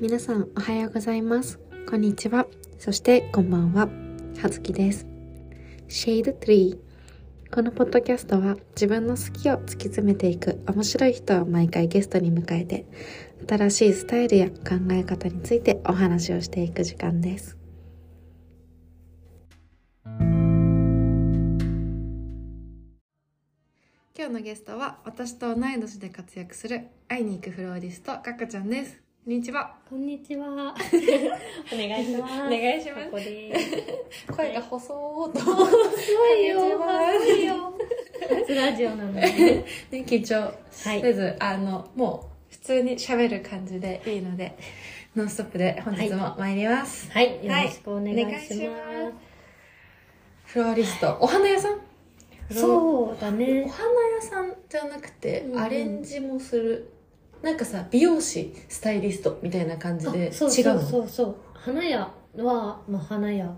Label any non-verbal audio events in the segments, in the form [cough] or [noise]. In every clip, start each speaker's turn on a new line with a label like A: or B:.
A: 皆さんおはようございますこんにちはそしてこんばんははずきですシェイドトリーこのポッドキャストは自分の好きを突き詰めていく面白い人を毎回ゲストに迎えて新しいスタイルや考え方についてお話をしていく時間です今日のゲストは私と同い年で活躍する会いに行くフローリストかっこちゃんですこんにちは
B: こんにちは。お願いします。
A: お願いします
B: ここです。
A: 声が細ーっと
B: 遅いよ。
A: こんにちは
B: 遅いよ。初ラジオなので。
A: ね、緊張
B: は
A: せ
B: い。
A: ず、あの、もう普通に喋る感じでいいので、ノンストップで本日も参ります。
B: はい。よろしくお願い
A: はいお願い
B: し
A: し
B: ま
A: まフローリスト、お花屋さん
B: す。
A: う。
B: そうだ
A: お
B: ね。
A: 花屋さんじゃなくて
B: う、んうん
A: アレンジもする。なんかさ、美容師、スタイリストみたいな感じで違う
B: あそうそう
A: の
B: そうそう。花屋は、まあ花屋、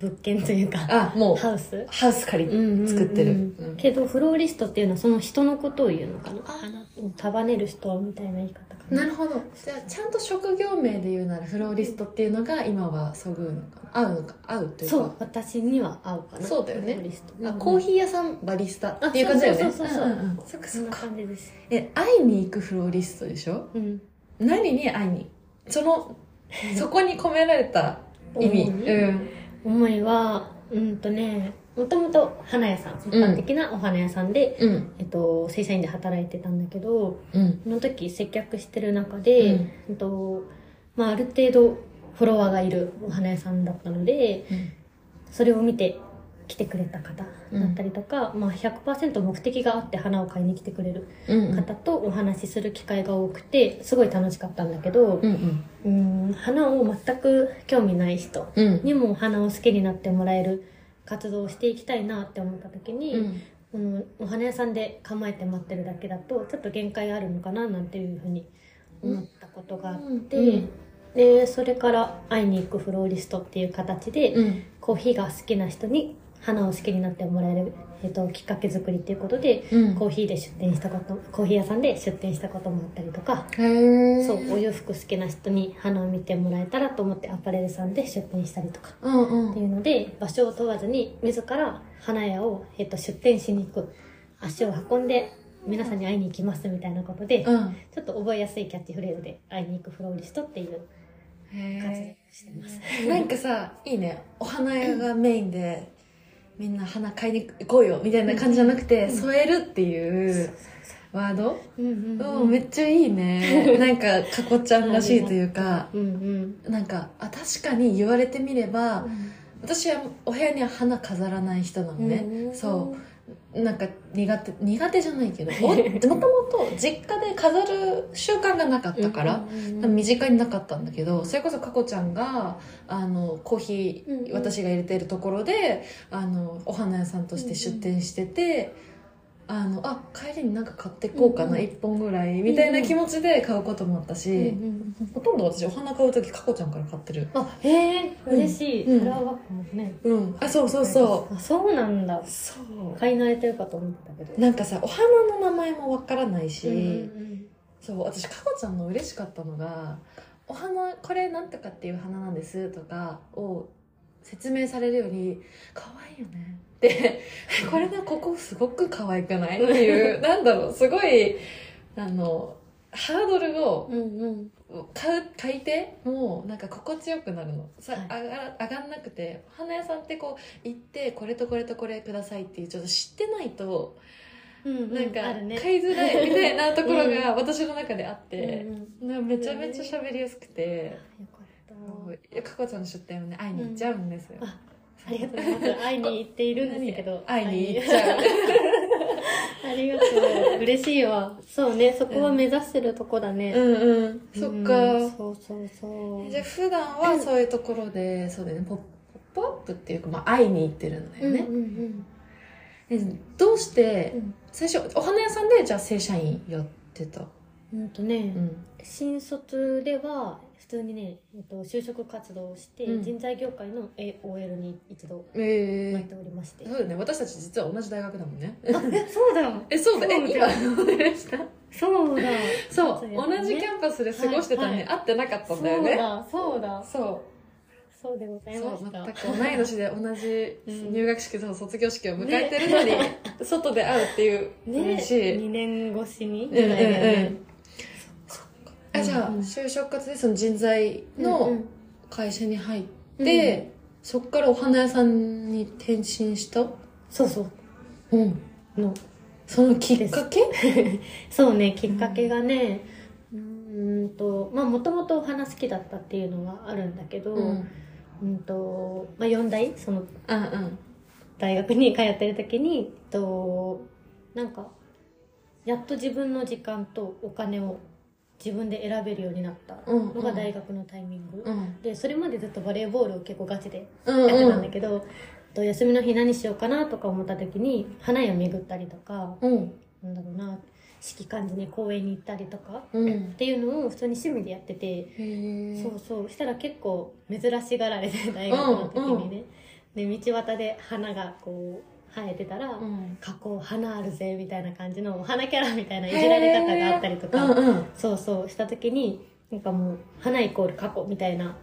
B: 物件というか、
A: あ、もう、
B: ハウス
A: ハウス借り
B: うんうんうん
A: 作ってる。うん
B: けど、フローリストっていうのはその人のことを言うのかな。
A: あ
B: 花うん束ねる人みたいな言い方か
A: な
B: な。
A: るほど。じゃあ、ちゃんと職業名で言うなら、フローリストっていうのが今はそぐうのかな合うのか合うというか。
B: そう、私には合うかな。
A: そうだよね
B: フローリスト。
A: あコー
B: ー
A: ヒー屋さんバリスタっていう感じだよね
B: あそうそうそうそうん
A: んんそっか
B: そ
A: そっ
B: んな
A: か
B: 感じです。
A: え会いに行くフローリストでしょ
B: うん。
A: 何に会いにそ
B: [laughs]
A: のそこに込められた意味
B: 思い
A: うん
B: 思いはうんとねもともと花屋さん一般的なお花屋さんで、
A: うん
B: えっと、正社員で働いてたんだけど
A: うん
B: その時接客してる中
A: う
B: で、
A: ん
B: えっとまあ、ある程度フォロワーがいるお花屋さんだったのでそれを見て来てくれた方だったりとか、まあ、100%目的があって花を買いに来てくれる
A: うん
B: 方とお話しする機会が多くてすごい楽しかったんだけど、
A: うん
B: うん、花を全く興味ない人
A: うんうん
B: にもお花を好きになってもらえる活動をしていきたいなって思った時に、
A: うん
B: このお花屋さんで構えて待ってるだけだとちょっと限界があるのかななんていうふうに思ったことがあって、
A: うん
B: でそれから会いに行くフローリストっていう形で、
A: うん
B: コーヒーが好きな人に花を好きになってもらえる、えっときっかけ作りっていうことで、
A: うん
B: コーヒーで出店したことコーヒー屋さんで出店したこともあったりとか。
A: へえ
B: そうお洋服好きな人に花を見てもらえたらと思ってアパレルさんで出店したりとか
A: うんう
B: って
A: ん
B: いうので場所を問わずに自ら花屋を、えっと、出店しに行く足を運んで皆さんに会いに行きますみたいなことで、ち
A: うん
B: ょっと覚えやすいキャッチフレーズで会いに行くフローリストっていう活動を
A: へ
B: してます、
A: えなんかさいいねお花屋がメインでみんな花買いに行こうよみたいな感じじゃなくて添えるっていうワード
B: うんうん
A: うん、めっちゃいいね。なんか、かこちゃんらしいというか、
B: うんうん
A: なんか、あ、確かに言われてみれば、私はお部屋には花飾らない人なのね。そ
B: うん
A: う。なんか、苦手、苦手じゃないけど、ももともと実家で飾る習慣がなかったから、
B: うんうん
A: 身近になかったんだけど、それこそかこちゃんが、あの、コーヒ
B: うんう
A: ー、
B: ん
A: 私が入れてるところで、あの、お花屋さんとして出店してて、あの、あ、帰りになんか買ってこうか
B: うん
A: な、
B: うん
A: 一本ぐらい、みたいな気持ちで買うこともあったし、
B: うんうんうん
A: ほとんど私お花買う時かこちゃんから買ってる
B: あへえ嬉しい、
A: うん
B: フラワーバッグもね
A: うんあそうそうそう
B: あそうなんだ
A: そう
B: 買い慣れてるかと思ってたけど
A: なんかさお花の名前もわからないし、
B: うんうん
A: そう私かこちゃんの嬉しかったのが「お花これなんとかっていう花なんです」とかを説明されるより「可愛いよね」で [laughs] 「これねここすごく可愛くない?」っていう
B: [laughs]
A: なんだろうすごいあのハードルを
B: うんうんうん
A: 買う買い手もうなんか心地よくなるのさ、
B: はい
A: 上が上がんなくてお花屋さんってこう行ってこれとこれとこれくださいっていうちょっと知ってないと
B: うんうん
A: なんか
B: あるね
A: 買いづらいみたいなところ
B: [laughs] う
A: が私の中であって
B: うんうん、
A: な
B: よ
A: めちゃめちゃ喋りやすくて、
B: かった
A: そうかこちゃんの出店をね会いに行っちゃうんですよ、
B: うんあありがとうございます会いに行っているんですけど
A: [laughs] 会いに行っち
B: 会いに
A: ゃう
B: ありがとう嬉しいわそうねそこは目指してるとこだね、
A: うんうんそっか、
B: うんそうそうそう
A: じゃあ普段はそういうところで、そうだよねポッポップアップっていうか、まあ、会いに行ってるんだよね、
B: うんうん
A: えどうして
B: うん
A: 最初お花屋さんでじゃあ正社員やってた
B: うんうんとね、
A: ん
B: 新卒では普通にね、えっと、就職活動をして、
A: うん
B: 人材業界の AOL に一度
A: え
B: なっ
A: え
B: ておりまして、
A: [laughs] そうだね私たち実は同じ大学だもんね
B: あえそうだよ
A: えそうだ
B: そ
A: え
B: うだ
A: 今思い出した [laughs]
B: そうだ。
C: そう、
B: そうやね
C: 同じキャンパスで過ごしてたの
B: はい
C: に会ってなかった
B: そ
C: ん
B: う
C: だよね。
B: だ、そうだ。
C: そう。
B: そうでござい
C: そ
B: ま
C: う、
B: し
C: 全く
B: た。
C: 同い年で同じ
B: うん
C: 入学式と卒業式を迎えてるのに、外で会うっていう嬉しい。
B: 2年越しに。
C: うんうんうん
B: だよね
C: あじゃあ、
A: うん
C: 就職活でその人材
B: う
C: の
B: ん
C: 会社に入って、
B: うん
C: そっからお花屋さんに転身した、
B: そうそう。
C: うん、
B: の。
C: そのきっかけ
B: そうね、きっかけがね、うーんと、まあ、もともとお花好きだったっていうのがあるんだけど、
C: う
B: うん
C: ん
B: と、まあ、4大、その
C: うん
B: 大学に [laughs] 通ってる時に、えっと、なんか、やっと自分の時間とお金を自分で選べるようになったのが大学のタイミング。
C: うん
B: で、それまでずっとバレーボールを結構ガチで
C: うん
B: やってたんだけど、えっと休みの日何しようかなとか思った時に、花屋巡ったりとか、
C: うん
B: なんだろうな、四季感じに公園に行ったりとか、
C: うん
B: っていうのを普通に趣味でやってて、
C: へえ
B: そうそう、したら結構珍しがられて、大学の時にね。で、道端で花がこう、生えてたら、
C: うん
B: 加工花あるぜ、みたいな感じのお花キャラみたいないじられ方があったりと
C: うん
B: か、
C: うん
B: そうそう、した時に、なんかもう、花イコール過去みたいな、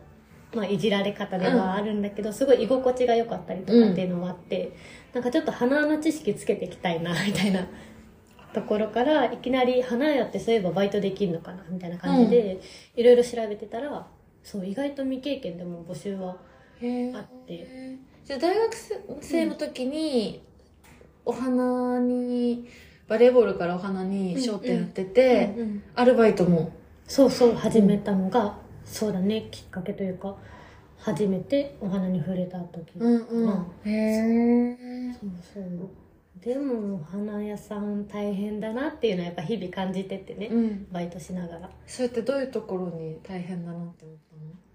B: まあ、いじられ方ではあるんだけど、すごい居心地が良かったりとかっていうのもあって、なんかちょっと花の知識つけていきたい [laughs] な、みたいなところから、いきなり花屋ってそういえばバイトできるのかな、みたいな感じで、いろいろ調べてたら、そう、意外と未経験でも募集は
C: へ
B: あって、
C: えじゃあ大学生の時に、お花にバレーボールからお花に商店やってて、
B: うんうん
C: アルバイトも
B: そうそう、始めたのが、そうだね、きっかけというか、初めてお花に触れた時。
C: んうんへえ
B: そうそうでもお花屋さん大変だなっていうのはやっぱ日々感じてってね、
C: うん
B: バイトしながら
C: それってどういうところに大変だなって思っ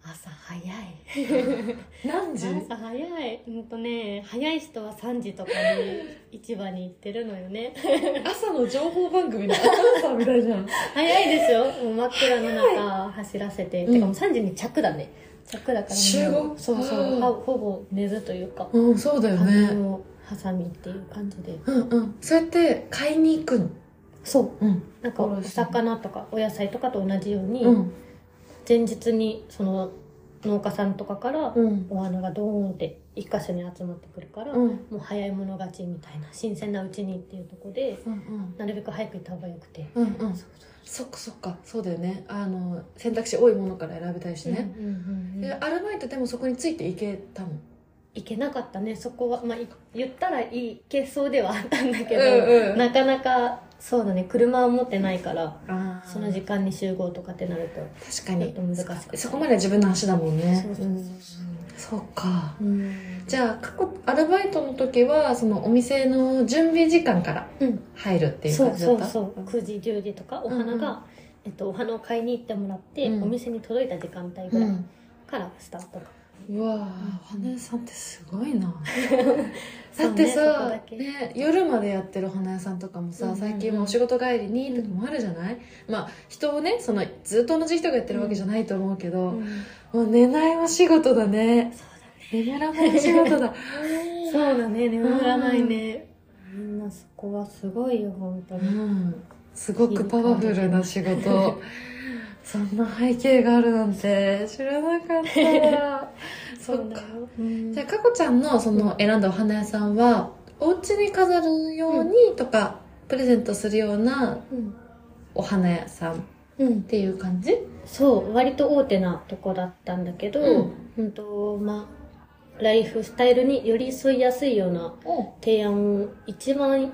B: 朝早い
C: たの何時
B: 朝早いうんとね早い人は3時とかに市場に行ってるのよね
C: 朝の情報番組のアナウンサーみたいじゃん
B: 早いですよもう真っ暗の中走らせて、
C: うん
B: てかもう3時に着だね着だからもう
C: 集合
B: そうそううんほほぼ寝ずというか
C: うんそうだよ
B: 髪
C: ね
B: を挟みっていう感じで
C: うんうんそうやって買いに行くの
B: そう
C: うん
B: なんかお魚とかお野菜とかと同じように、
C: うん
B: 前日にその農家さんとかから
C: うん
B: お花がドーンって一箇所に集まってくるから、
C: うん
B: もう早い者勝ちみたいな新鮮なうちにっていうところで
C: うん
B: なるべく早く行った方がよくて、
C: うんうんそっかそっかそうだよねあの選択肢多いものから選びたいしね、
B: うんうんうんうん
C: でアルバイトでもそこについていけたの
B: 行けなかったねそこは、まあ、い言ったらいけそうではあったんだけど、
C: うんうん
B: なかなかそうだね車を持ってないから
C: あ
B: その時間に集合とかってなると、
C: 確か
B: ちょっと難
C: に
B: しかった
C: そこまでは自分の足だもんね
B: そうそうそうそうん
C: そうか
B: うん
C: じゃあ過去アルバイトの時はそのお店の準備時間から
B: うん
C: 入るっていう
B: そ
C: 感
B: う
C: じだ
B: そ
C: っ
B: う
C: た
B: そう9時10時とかお花が、
C: うんう
B: えっと、お花を買いに行ってもらって、
C: うん
B: お店に届いた時間帯
C: う
B: ぐらい
C: ん
B: からスタートか、
C: うわぁお花屋さんってすご
B: [laughs]
C: いな
B: そ
C: だ
B: うね
C: って
B: そこ
C: さ
B: だ、け
C: ね、夜までやってるお花屋さんとかもさ、
B: うんうんうん
C: 最近はお仕事帰りにとかもあるじゃない、まあ人をねそのずっと同じ人がやってるわけじゃないと思うけど、
B: うん
C: もう寝ないお仕事だね
B: そうだね
C: 眠らないお仕事だ
B: そうだね眠らないね、みんなそこはすごいよ本当
C: う
B: に、
C: んすごくパワフルな仕事 [laughs] そんな背景があるなんて知らなかったわ [laughs] そっか
B: うん
C: じゃあ、かこちゃんのその選んだお花屋さんは、お家に飾るようにとか、プレゼントするような
B: うん
C: お花屋さんっ
B: うん、
C: ていう感じ
B: そう割と大手なとこだったんだけど、
C: う
B: うん
C: ん、
B: とまあライフスタイルに寄り添いやすいような
C: お
B: 提案を一番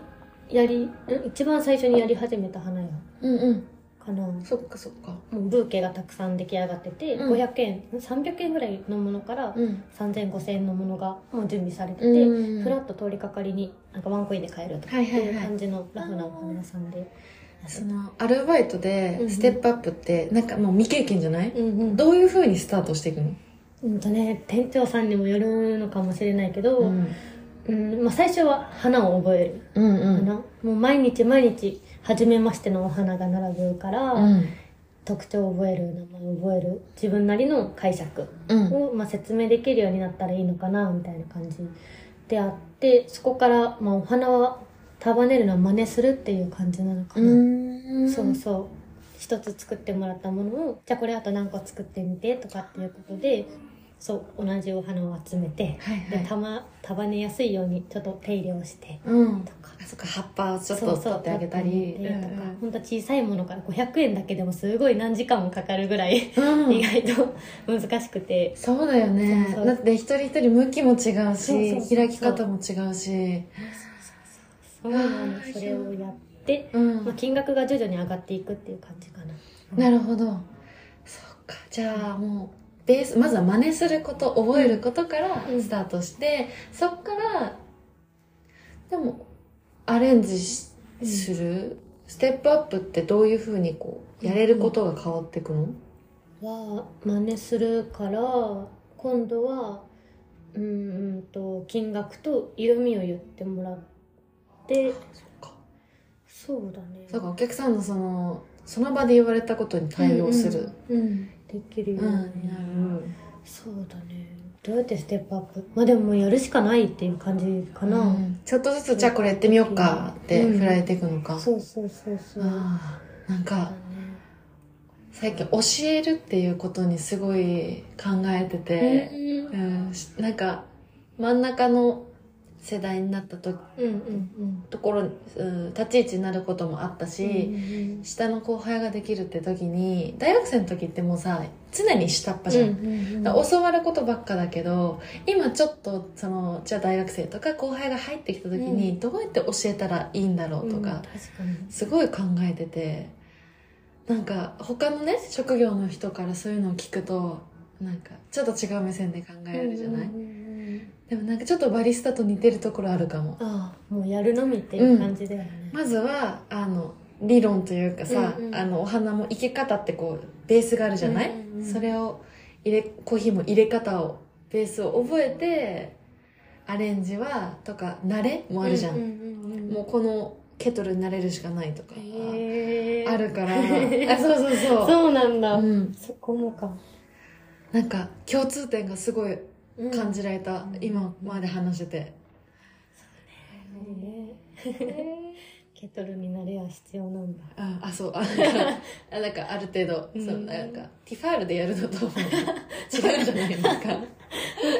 B: やりん一番最初にやり始めた花屋
C: うんうん。
B: かなも
C: そっかそっか。
B: うブーケがたくさん出来上がってて、
C: うん
B: 500円300円ぐらいのものから
C: うん。
B: 30005000円のものがもう準備されてて、
C: うん
B: ふらっと通りかかりになんかワンコインで買えるとか
C: はい
B: って
C: はいはい
B: いう感じのラフなお花屋さんで、
C: その、アルバイトでステップアップって、なんかもう未経験じゃない、
B: うんうん
C: どういう風にスタートしていくの
B: うんとね店長さんにもよるのかもしれないけど、うん
C: ん。
B: まあ、最初は花を覚える
C: うんう
B: か
C: ん。
B: な、もう毎日毎日初めましてのお花が並ぶから、
C: うん。
B: 特徴を覚える名前を覚える自分なりの解釈
C: うん。
B: を、まあ、説明できるようになったらいいのかなみたいな感じであってそこから、まあ、お花は束ねるのは真似するっていう感じなのか
C: う
B: な、
C: ん。
B: そうそう一つ作ってもらったものをじゃあこれあと何個作ってみてとかっていうことでそう同じお花を集めて、
C: はいはい
B: で束束ねやすいようにちょっと手入れをして
C: うん
B: とか
C: あそっか葉っぱをちょっ
B: そ
C: と
B: うそう
C: 取ってあげたり
B: 取ってあげたりとか、ほんと小さいものから500円だけでもすごい何時間もかかるぐらい、
C: うんうん
B: 意外と難しくて
C: そうだよね
B: そうそう
C: だって一人一人向きも違うし
B: そうそうそう
C: 開き方も違うし
B: そうなの
C: あー
B: それをやって、
C: うん
B: まあ、金額が徐々に上がっていくっていう感じかな
C: なるほどそっかじゃあもうベースまずは真似すること覚えることから
B: うん
C: スタートして、そっからでもアレンジし
B: うん
C: する、ステップアップってどういうふうにこうやれることが変わっていくの、
B: は真似するから今度はうーんと金額と色味を言ってもらって
C: そっか
B: そうだね
C: そうかお客さんのそのその場で言われたことに対応する
B: うん、うんできるよ
C: う
B: うに、
C: ん、なる
B: そうだねどうやってステップアップまあでももうやるしかないっていう感じかな、
C: うんちょっとずつじゃあこれやってみようかって
B: うん
C: 振られていくのか、
B: そうそうそうそう
C: ああなん
B: だ
C: か
B: ね
C: 最近教えるっていうことにすごい考えてて、
B: うん
C: うんしなんか真ん中の世代になったと
B: うんうん
C: ところ、うん立ち位置になることもあった
B: うん
C: し、下の後輩ができるって時に大学生の時ってもうさ常に下っ端じゃん、
B: うんうんうん
C: だから教わることばっかだけど今ちょっとそのじゃあ大学生とか後輩が入ってきた時に、どうやって教えたらいいんだろうと
B: うん
C: か、
B: 確かに
C: すごい考えててなんか他のね職業の人からそういうのを聞くとなんかちょっと違う目線で考えるじゃない、
B: うんうんうんうん
C: でもなんかちょっとバリスタと似てるところあるかも
B: ああもうやるのみっていう感じだよね、
C: まずはあの理論というかさ、
B: うんうん
C: あのお花も生け方ってこうベースがあるじゃない、
B: うんうんうん
C: それを入れコーヒーも入れ方をベースを覚えてアレンジはとか慣れもあるじゃん、
B: うんうんうんうん
C: もうこのケトルになれるしかないとか、
B: へー
C: ある
B: [laughs]
C: から、あそうそうそう
B: そうなんだ、
C: うん、
B: そこもか
C: なんか共通点がすごい感じられた、
B: うん
C: 今まで話してて、
B: うんねケトルになれは必要なんだ
C: あ
B: [laughs]
C: あそうあなんかあなんかある程度、
B: うん
C: そのなんかティファールでやるのと違うじゃないな
B: [laughs]
C: んか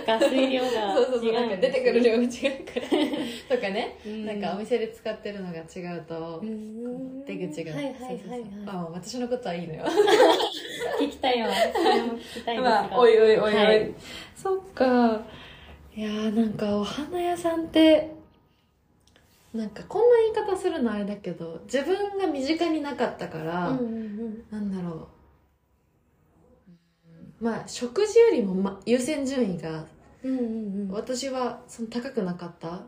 B: なんか水量が違
C: [laughs] そうそうそうなんか出てくる量が違うからとかね、
B: うん
C: なんかお店で使ってるのが違うと、
B: うん
C: 出口が、
B: はいはいはい
C: そうそうそう
B: は
C: あ私のことはいいのよ
B: い聞きたいわそれも聞きたいですが、
C: まあ、おいおいおいおい、
B: はい
C: そっかいやーなんかお花屋さんってなんかこんな言い方するのあれだけど自分が身近になかったから、
B: うんうん
C: なんだろうまあ食事よりも、ま、優先順位が
B: うんうんうんうん
C: 私はその高くなかった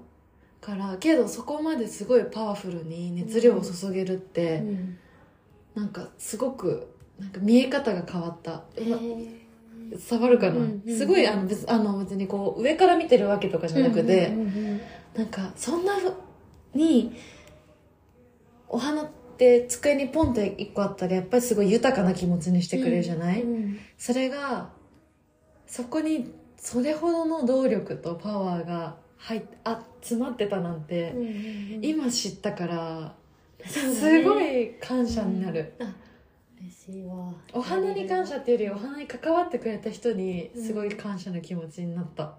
C: からけどそこまですごいパワフルに熱量を注げるって、
B: うん
C: なんかすごくなんか見え方が変わった、
B: えー
C: 伝わるかな、
B: うんうん
C: すごいあの別あの別にこう上から見てるわけとかじゃなくて、
B: うんうんうん
C: なんかそんなふうにお花って机にポンって一個あったらやっぱりすごい豊かな気持ちにしてくれるじゃない、
B: うん
C: それがそこにそれほどの動力とパワーが入っあ詰まってたなんて
B: うん、うんうん
C: 今知ったから
B: そうだね
C: すごい感謝になる、
B: あ嬉しいわ
C: お花に感謝っていうよりお花に関わってくれた人にすごい感謝の気持ちになった、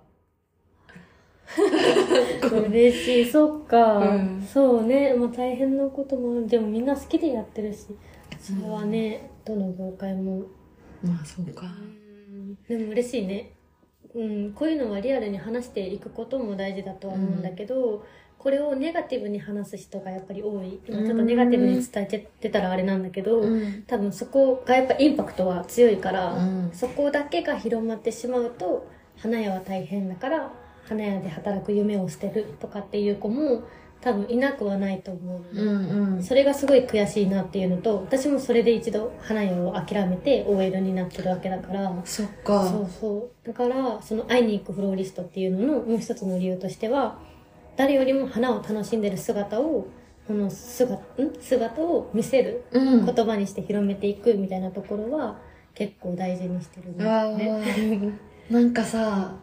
B: 嬉しいそっか、
C: うん
B: そうね、まあ、大変なこともあるでもみんな好きでやってるしそれはね、どの業界も
C: まあそうか
B: でも嬉しいね、うん、こういうのはリアルに話していくことも大事だとは思うんだけど、これをネガティブに話す人がやっぱり多い今ちょっとネガティブに伝えてってたらあれなんだけど、
C: うん
B: 多分そこがやっぱインパクトは強いから、
C: うん
B: そこだけが広まってしまうと花屋は大変だから花屋で働く夢を捨てるとかっていう子も多分いなくはないと思うの
C: う
B: で、
C: んうん
B: それがすごい悔しいなっていうのと私もそれで一度花屋を諦めて OL になってるわけだから。
C: そっか
B: そうそうだからその会いに行くフローリストっていうののもう一つの理由としては誰よりも花を楽しんでる姿をこの姿ん姿を見せる
C: うん
B: 言葉にして広めていくみたいなところは結構大事にしてるんです
C: わあ
B: ね。
C: なんかさ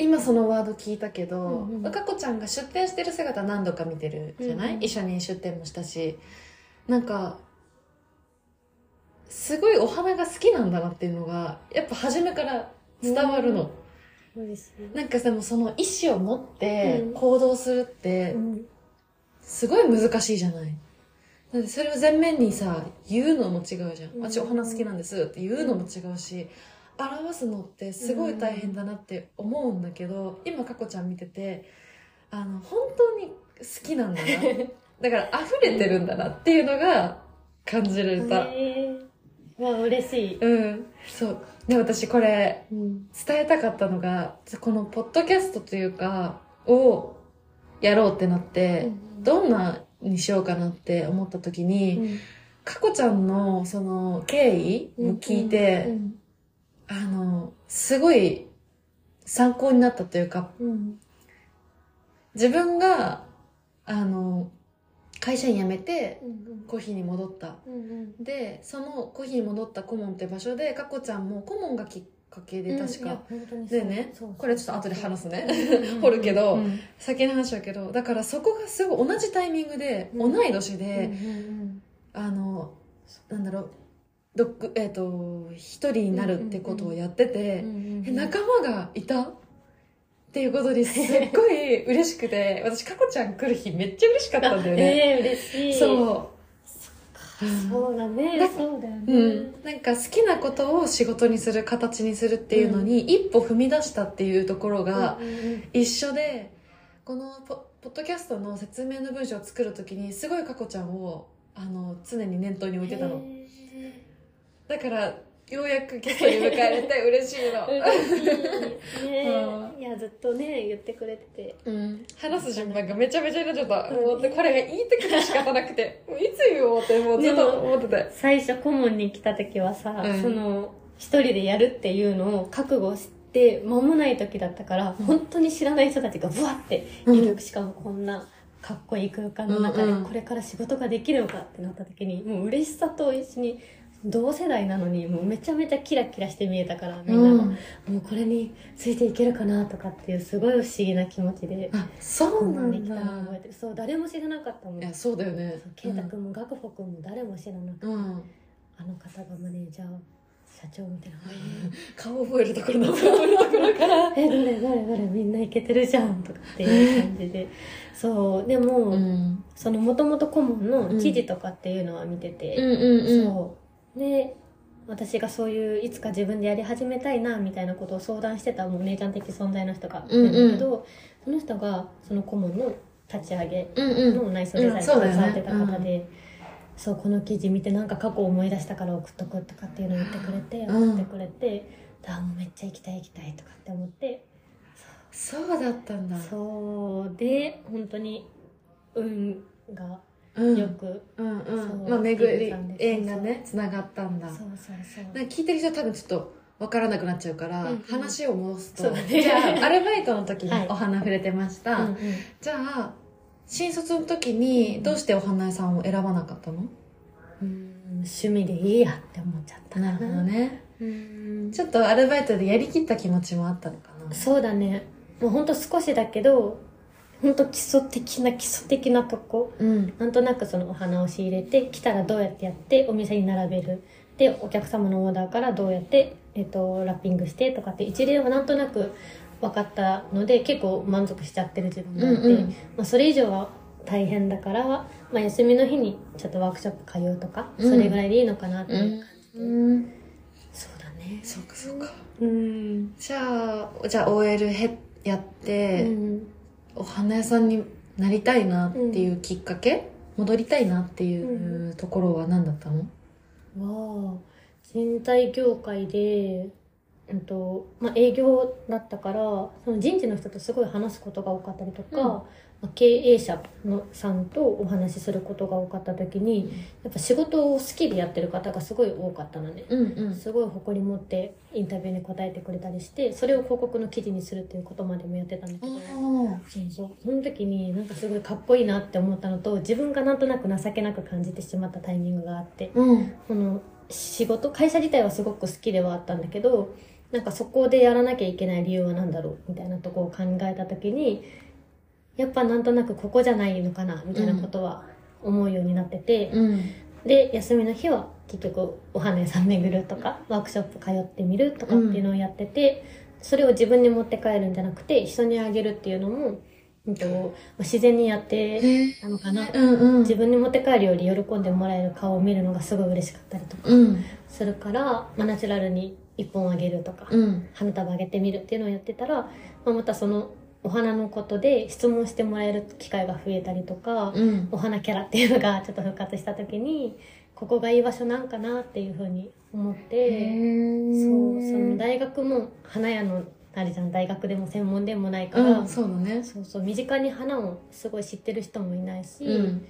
C: 今そのワード聞いたけ
B: う
C: ど、
B: んうん
C: うかこちゃんが出店してる姿何度か見てるじゃない、
B: うんうん
C: 一緒に出店もしたしなんかすごいお花が好きなんだなっていうのが、やっぱ初めから伝わるの。
B: そうですね。
C: なんかでもその意思を持って
B: うん
C: 行動するって
B: う、ん
C: すごい難しいじゃない。だってそれを前面にさ、言うのも違うじゃ
B: うん
C: ん。あ、ちお花好きなんですって言うのも違うし、表すのってすごい大変だなって思うんだけど、今、かこちゃん見てて、あの、本当に好きなんだな。だから溢れてるんだなっていうのが感じられた。
B: えー、わ、嬉しい。
C: うん。そう。で、私これ、
B: うん。
C: 伝えたかったのが、このポッドキャストというか、をやろうってなって、どんなにしようかなって思った時
B: う
C: に、
B: ん
C: かこちゃんのその経緯を聞いて、
B: うん
C: あの、すごい参考になったというか、
B: うん
C: 自分が、あの、会社員辞めて
B: う、ん
C: コーヒーに戻った。
B: うん
C: で、そのコーヒーに戻った顧問って場所で、かこちゃんも顧問がきっかけで確か、
B: うんいや本当にそう
C: でね
B: そう、
C: これちょっと後で話すね。
B: うん
C: [laughs] 掘るけど、
A: うん
C: 先の話だけどだからそこがすごい同じタイミングで、
B: うん
C: 同い年
B: うんう
C: で、
B: ん
C: あのなんだろうドッグえっ、と一人になるってことをやって
B: う
C: て、
B: ん
C: え仲間がいたっていうことですっごい嬉し
B: [laughs]
C: くて私かこちゃん来る日めっちゃ嬉しかったんだよね、
B: ええ嬉しい。
C: そう
B: そうだね。
C: だ
B: そうだよ
C: う
B: ね。
C: ん、なんか好きなことを仕事にする形にするっていうのに一歩踏み出したっていうところが、
B: うんうん
C: 一緒でこのポポッドキャストの説明の文章を作るときにすごいかこちゃんをあの常に念頭に置いてたの
B: へ
C: だからようやくゲストに迎えられて嬉しい [laughs]
B: ー
C: の、
B: 嬉しいですね
C: う
B: いやずっとね言ってくれてて
C: うん、話す順番がめちゃめちゃになっちゃった、
B: うん
C: もうでこれが言いたくて仕方なくて [laughs] もういつ言おうってもうずっと思ってて
B: 最初顧問に来た時はさ、
C: うん
B: その一人でやるっていうのを覚悟して間もない時だったから、
C: うん
B: 本当に知らない人たちがブワっている、しかもこんなかっこいい空間の中で
C: うんうん
B: これから仕事ができるのかってなった時にもう嬉しさと一緒に同世代なのにもうめちゃめちゃキラキラして見えたからみんなが、もうこれについていけるかなとかっていうすごい不思議な気持ちで。
C: あそう
B: 顧
C: な
B: 問に
C: ん
B: 来たのを覚え
C: だ
B: てるそう誰も知らなかったもん
C: いやそうだよね
B: そう圭太君も岳穂君も誰も知らなくて、
C: うん、うん
B: あの方がマネージャー社長みたいな
C: 顔覚えるところ名前覚えるところから
B: 「えどれどれどれみんないけてるじゃん」とかっていう感じでそうでも、
C: ん
B: そのもともと顧問の記事とかっていうのは見て
C: うん
B: て、
C: うんうん
B: そうで私がそういういつか自分でやり始めたいなみたいなことを相談してたもうお姉ちゃん的存在の人がいるんだけど、その人がその顧問の立ち上げ
C: うんうん
B: の内装デザインに携わってた方で、そうこの記事見てなんか過去思い出したから送っとくとかっていうのを言ってくれて
C: うん
B: 送ってくれて、ああもうめっちゃ行きたい行きたいとかって思って、
C: そうだったんだ。
B: そうで本当に運が
C: うん
B: よく、
C: うんうん。
B: そう
C: まあ、巡り
B: そうそう、
C: 縁がね、つながったんだ。
B: そうそうそう
C: なんか聞いてる人は多分ちょっと分からなくなっちゃうから、
B: うんうん
C: 話を戻す
B: そ
C: と
B: うだ。ね
C: じゃあ、アルバイトの時に
B: はい
C: お花触れてました。
B: うんうん
C: じゃあ、新卒の時にどうしてお花屋さんを選ばなかったの、
B: うん趣味でいいやって思っちゃった
C: なるほどね。
B: うん
C: ちょっとアルバイトでやりきった気持ちもあったのかな。
B: そうだねもうほんと少しだけどほんと基礎的な基礎的なとこ
C: うん。
B: なんとなくそのお花を仕入れて来たらどうやってやってお店に並べるでお客様のオーダーからどうやって、えっとラッピングしてとかって一例はなんとなく分かったので結構満足しちゃってる自分がいて、
C: うんうん
B: まあ、それ以上は大変だから、まあ、休みの日にちょっとワークショップ通うとか、
C: うん
B: それぐらいでいいのかなっていうう、
C: ん。うん。
B: そうだね
C: そうかそうか。
B: うん
C: じゃあ、じゃあ OL へやって、
B: うん
C: お花屋さんになりたいなっていうきっかけ、戻りたいなっていうところは何だったの、
B: わあ人材業界で、うんとまあ、営業だったからその人事の人とすごい話すことが多かったりとか、
C: うん
B: まあ経営者のさんとお話しすることが多かった時にやっぱ仕事を好きでやってる方がすごい多かったのね。
C: うんうん
B: すごい誇り持ってインタビューに答えてくれたりしてそれを広告の記事にするっていうことまでもやってたんだけどそうそうその時になんかすごいかっこいいなって思ったのと自分がなんとなく情けなく感じてしまったタイミングがあって
C: うん
B: この仕事会社自体はすごく好きではあったんだけどなんかそこでやらなきゃいけない理由は何だろうみたいなとこを考えた時にやっぱなんとなくここじゃないのかなみたいなことは思うようになってて、
C: うん
B: で休みの日は結局お花屋さん巡るとかワークショップ通ってみるとかっていうのをやってて、それを自分に持って帰るんじゃなくて人にあげるっていうのも、うんと、自然にやって
C: へえ
B: たのかな、
C: うんうん
B: 自分に持って帰るより喜んでもらえる顔を見るのがすごい嬉しかったりとか
C: うん
B: するから、まあナチュラルに一本あげるとか、
C: うん
B: 花束あげてみるっていうのをやってたら、まあ、またそのお花のことで質問してもらえる機会が増えたりとか、
C: うん
B: お花キャラっていうのが [laughs] ちょっと復活した時にここがいい場所なんかなっていうふうに思って、そうその大学も花屋のあれじゃん大学でも専門でもないから、
C: うんそうだね
B: そうそう身近に花をすごい知ってる人もいないし、
C: うん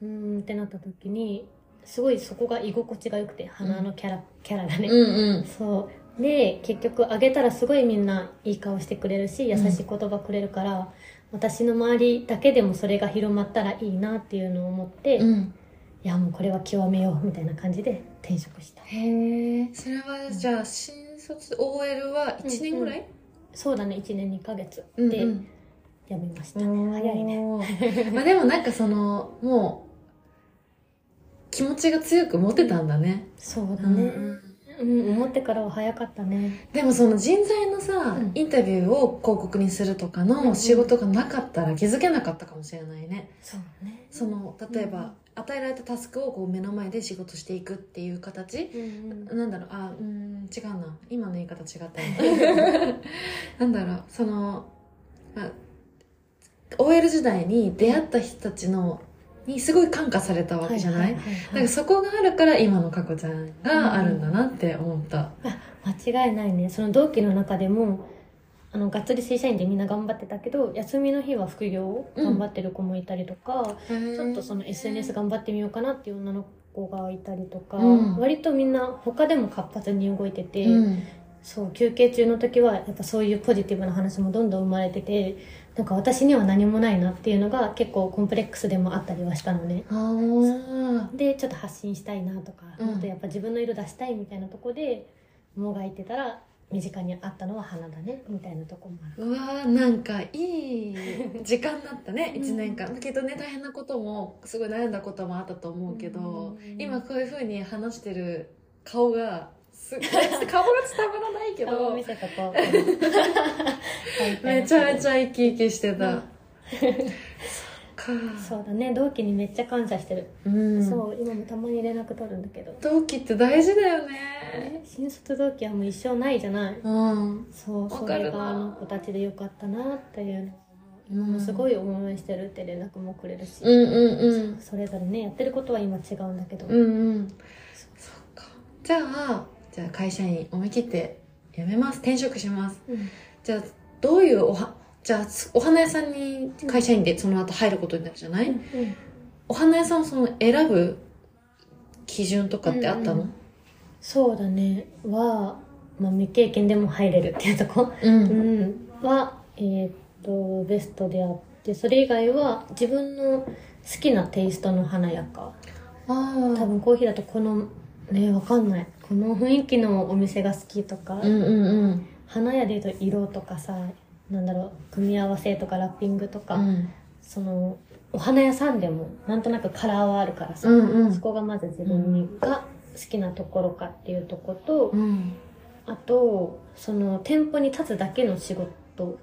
B: うーんってなった時にすごいそこが居心地が良くて花のキャラ、キャラがね、
C: うん
B: そうで結局あげたらすごいみんないい顔してくれるし優しい言葉くれるから、私の周りだけでもそれが広まったらいいなっていうのを思って、
C: う
B: い
C: ん
B: やもうこれは極めようみたいな感じで転職した
C: へえそれはじゃあ新卒 OL は1年ぐらい
B: そうだね1年2ヶ月
C: うん
B: で
C: うん
B: 辞めました、
C: 早
B: 早いね
C: ねまあでもなんかそのもう気持ちが強く持てたんだね
B: そうだ
C: うん
B: ね、
C: うん
B: うん、思ってからは早かったね
C: でもその人材のさ、
B: うん
C: インタビューを広告にするとか
B: うんう
C: の
B: ん
C: 仕事がなかったら気づけなかったかもしれないね
B: そうね
C: その例えば、
B: うん
C: 与えられたタスクをこう目の前で仕事していくっていう形
B: うんうん
C: なんだろうあうーん違うな今の言い方
B: [laughs]
C: 違ったななんだろうその、まあ、OL 時代に出会った人たちのにすごい感化されたわけじゃない,、
B: ははは
C: なん
B: い
C: かそこがあるから今のかこちゃんがあるんだなって思った、
B: 間違いないねその同期の中でもあのがっつり正社員でみんな頑張ってたけど休みの日は副業を頑張ってる子もいたりとか、ちょっとその SNS 頑張ってみようかなっていう女の子がいたりとか、
C: うん
B: 割とみんな他でも活発に動いてて、
C: うん
B: そう休憩中の時はやっぱそういうポジティブな話もどんどん生まれててなんか私には何もないなっていうのが結構コンプレックスでもあったりはしたのね。
C: あー
B: でちょっと発信したいなとか、
C: うん
B: あとやっぱ自分の色出したいみたいなとこでもがいてたら身近にあったのは花だねみたいなとこもある
C: うわーなんかいい時間だったね
B: [laughs] うん
C: 1年間、きっとね大変なこともすごい悩んだこともあったと思うけど、
B: うん
C: 今こういうふうに話してる顔がす顔が伝わらないけ
B: 顔を
C: ど
B: 見せたこ
C: めちゃめち
B: ゃ
C: ゃ生き生きしてた、
B: うん
C: か
B: そうだね同期にめっちゃ感謝してる、
C: うん
B: そう今もたまに連絡取るんだけど、
C: 同期って大事だよね
B: ね新卒同期はもう一生ないじゃない
C: うん
B: そう
C: わ
B: そ
C: かるな
B: れがあの子たちでよかったなっていうの
C: うん
B: もうすごい応援してるって連絡もくれるし、
C: うんうんうん
B: それぞれねやってることは今違うんだけど、
C: うんうんそっかじゃあじゃあ会社員思い切って辞めます転職します
B: うん
C: じゃあどういうおはじゃあすお花屋さんに会社員でその後入ることになるじゃない、
B: うん
C: お花屋さんをその選ぶ基準とかってあったの
B: そうだねは、まあ、未経験でも入れるっていうと
C: [laughs]
B: こ、
C: うん
B: う、ん、は、えーっとベストであってそれ以外は自分の好きなテイストの華やか
C: あ
B: 多分コーヒーだとこのねわかんないこの雰囲気のお店が好きとか、
C: あうんうんうん
B: 花屋で言うと色とかさなんだろう組み合わせとかラッピングとか、
C: うん
B: そのお花屋さんでもなんとなくカラーはあるからさ、
C: うんうん
B: そこがまず自分が好きなところかっていうとこと、
C: うん
B: あとその店舗に立つだけの仕事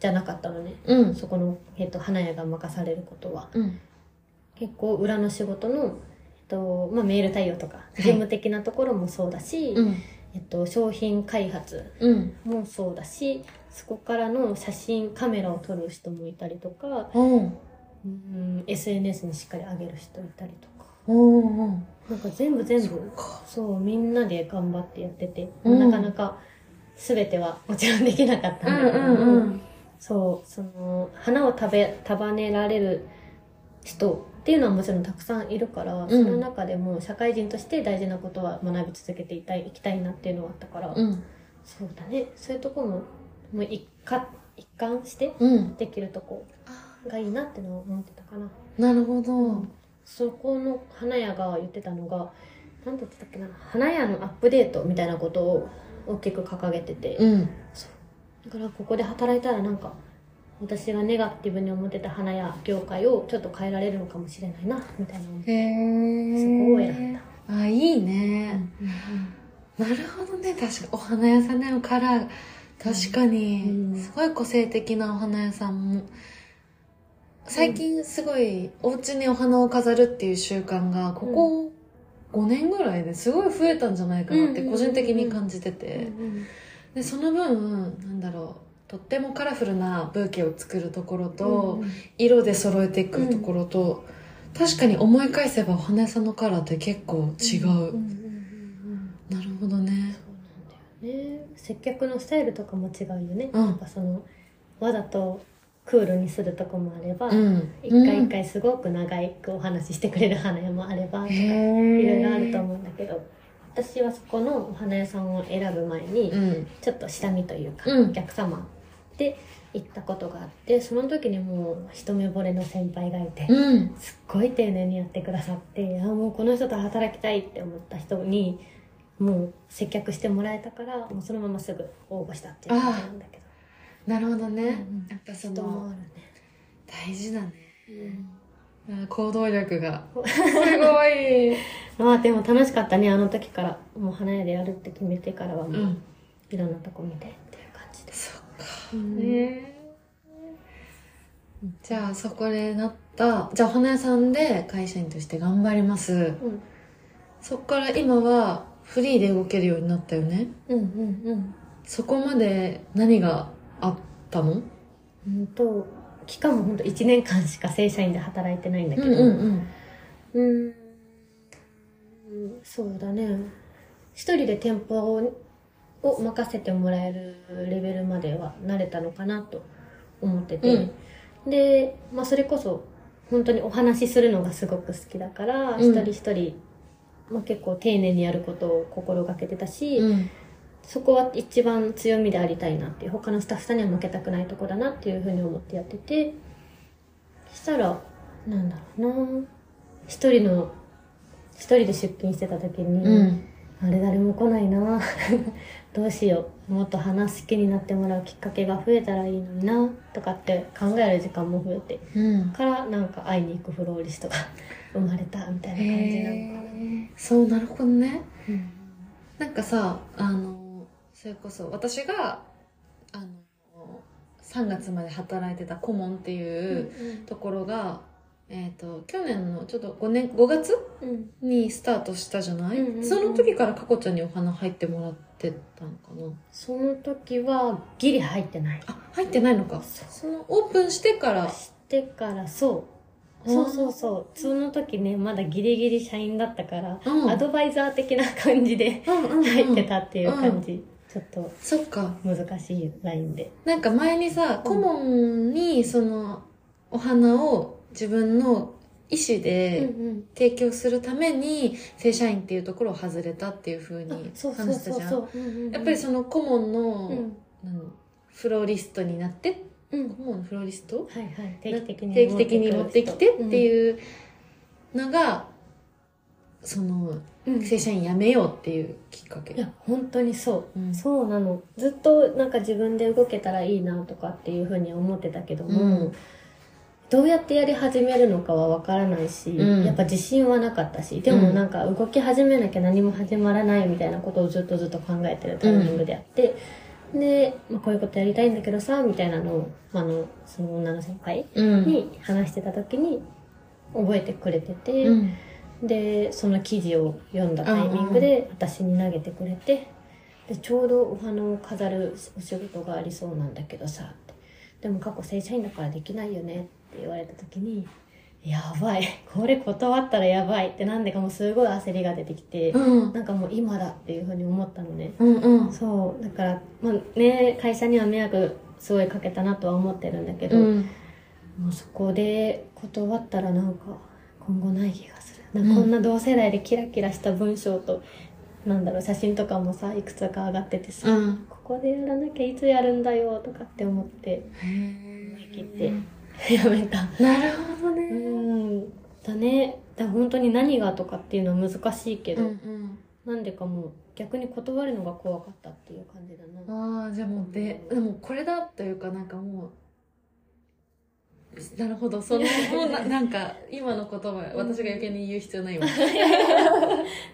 B: じゃなかったのね
C: うん
B: そこの、えっと花屋が任されることは
C: うん
B: 結構裏の仕事の、えっとまあ、メール対応とか事
C: い
B: 務的なところもそうだし、
C: うん
B: えっと、商品開発
C: うん
B: もそうだしそこからの写真カメラを撮る人もいたりとか、
C: うん
B: うん SNS にしっかり上げる人いたりとか
C: うんうん
B: なんか全部全部
C: か
B: そうみんなで頑張ってやってて、
C: うん
B: なかなか全てはもちろんできなかった
C: うん
B: んだけ
C: う
B: ど、
C: んうん
B: そうその花を食べ束ねられる人っていうのはもちろんたくさんいるから、
C: ん
B: その中でも社会人として大事なことは学び続けていたいいきたいなっていうのはあったから、
C: うん
B: そうだねそういうとこももう一貫一貫して
C: うん
B: できるとこ
C: あ
B: がいいなってのは思ってたかな。
C: なるほど
B: そこの花屋が言ってたのが何て言ってたっけな花屋のアップデートみたいなことを大きく掲げてて、
C: うん
B: だからここで働いたらなんか私がネガティブに思ってた花屋業界をちょっと変えられるのかもしれないなみたいな
C: へえ
B: そこを選んだ
C: あいいね、なるほどね確かお花屋さんでもカラー確かに、
B: うん
C: すごい個性的なお花屋さんも最近すごいお家にお花を飾るっていう習慣がここ5年ぐらいですごい増えたんじゃないかなって
B: うん
C: 個人的に感じててでその分なんだろうとってもカラフルなブーケを作るところと、色で揃えてくるところと、確かに思い返せばお花屋さんのカラーって結構違う、
B: うんうんうん
C: なるほどね
B: そうなんだよね接客のスタイルとかも違うよね、
C: うん
B: やっぱそのわざとクールにするとこもあれば、
C: うん
B: 一回一回すごく長くお話ししてくれる花屋もあれば、
C: うん
B: い
C: へ
B: ろいろあると思うんだけど私はそこのお花屋さんを選ぶ前に、
C: うん
B: ちょっと下見というか、
C: うん
B: お客様で行ったことがあってその時にもう一目惚れの先輩がいて、
C: うん
B: すっごい丁寧にやってくださってあもうこの人と働きたいって思った人にもう接客してもらえたからもうそのまますぐ応募したっていう感じなんだけど
C: なるほどね、
B: うん
C: やっぱそ
B: 人も
C: の
B: あるね、
C: 大事だね
B: うん
C: あ行動力が
B: こ
C: すごい、
B: まあでも楽しかったねあの時からもう花屋でやるって決めてからはもう、
C: うん、
B: いろんなとこ見てっていう感じで
C: そっか
B: うん
C: ねじゃあそこでなったじゃあお花屋さんで会社員として頑張ります
B: うん
C: そっから今はフリーで動けるようになったよね
B: うんうん
C: そこまで何があったの
B: うんうんと期間もほんと1年間しか正社員で働いてないんだけど、
C: うん
B: うーん、そうだね。一人で店舗を任せてもらえるレベルまでは慣れたのかなと思ってて。で、まあそれこそ本当にお話しするのがすごく好きだから、
C: うん
B: 一人一人、まあ、結構丁寧にやることを心がけてたし、
C: うん
B: そこは一番強みでありたいなっていう、他のスタッフさんには負けたくないとこだなっていうふうに思ってやってて、したら、なんだろうな一人の、一人で出勤してた時に、
C: うん
B: あれ誰も来ないな [laughs] どうしよう。もっと話好きになってもらうきっかけが増えたらいいのになとかって考える時間も増えて、
C: うん
B: からなんか会いに行くフローリストが [laughs] 生まれたみたいな感じなのかな。
C: へーそうなるほどね
B: うん
C: なんかさあのそれこそ私があの3月まで働いてた顧問っていうところが、えっ、と去年のちょっと5年5月
B: うん
C: にスタートしたじゃない、
B: うんうんうん
C: その時からかこちゃんにお花入ってもらってたのかな
B: その時はギリ入ってない。
C: あ入ってないのか
B: そう
C: そのオープンしてから
B: してからそう
C: うん
B: そうそうそうその時ねまだギリギリ社員だったから、
C: うん
B: アドバイザー的な感じで
C: うんうんうん
B: 入ってたっていう感じ、ちょっと
C: そっか
B: 難しいラインで
C: なんか前にさ、顧問にそのお花を自分の意思で
B: ん
C: 提供するために正社員っていうところを外れたっていう
B: あ
C: 風に
B: そうそう
C: 話した
B: そう
C: じゃ
B: そ
C: ん。
B: う、うんうんうん
C: やっぱりその顧問の、
B: うん
C: なんフローリストになって、
B: うん
C: 顧問のフローリスト
B: はいはい定期的に
C: 定期的に持ってきてって
B: う、
C: いうのが、その
B: うんうん、い
C: 正社員辞めようっていうきっかけ。
B: や本当にそう
C: うん
B: そうなのずっとなんか自分で動けたらいいなとかっていうふうに思ってたけども、
C: うん
B: どうやってやり始めるのかはわからないし、
C: うん
B: やっぱ自信はなかったしでもなんか動き始めなきゃ何も始まらないみたいなことをずっとずっと考えてるタイミングであって、で、まあ、こういうことやりたいんだけどさみたいなのをあのその女の先輩
C: うん。
B: に話してた時に覚えてくれてて。
C: うん
B: でその記事を読んだタイミングで私に投げてくれてでちょうどお花を飾るお仕事がありそうなんだけどさってでも過去正社員だからできないよねって言われた時にやばいこれ断ったらやばいってなんでかもうすごい焦りが出てきて
C: うん
B: なんかもう今だっていうふうに思ったのね
C: うん
B: そうだからまあね会社には迷惑すごいかけたなとは思ってるんだけど、
C: うん。
B: もうそこで断ったらなんか今後ない気がする、
C: うん
B: こんな同世代でキラキラした文章となんだろう写真とかもさいくつか上がっててさ、
C: うん。
B: ここでやらなきゃいつやるんだよとかって思って
C: へ
B: 切ってやめた
C: ーなるほどね。
B: うんだねだから本当に何がとかっていうのは難しいけど、
C: うん
B: なんでかもう逆に断るのが怖かったっていう感じだな
C: うん、ああじゃあもうででもこれだというかなんかもうなるほど [laughs] そのもうななんか今の言葉私が余計に言う必要ないわ [laughs] い
B: [laughs]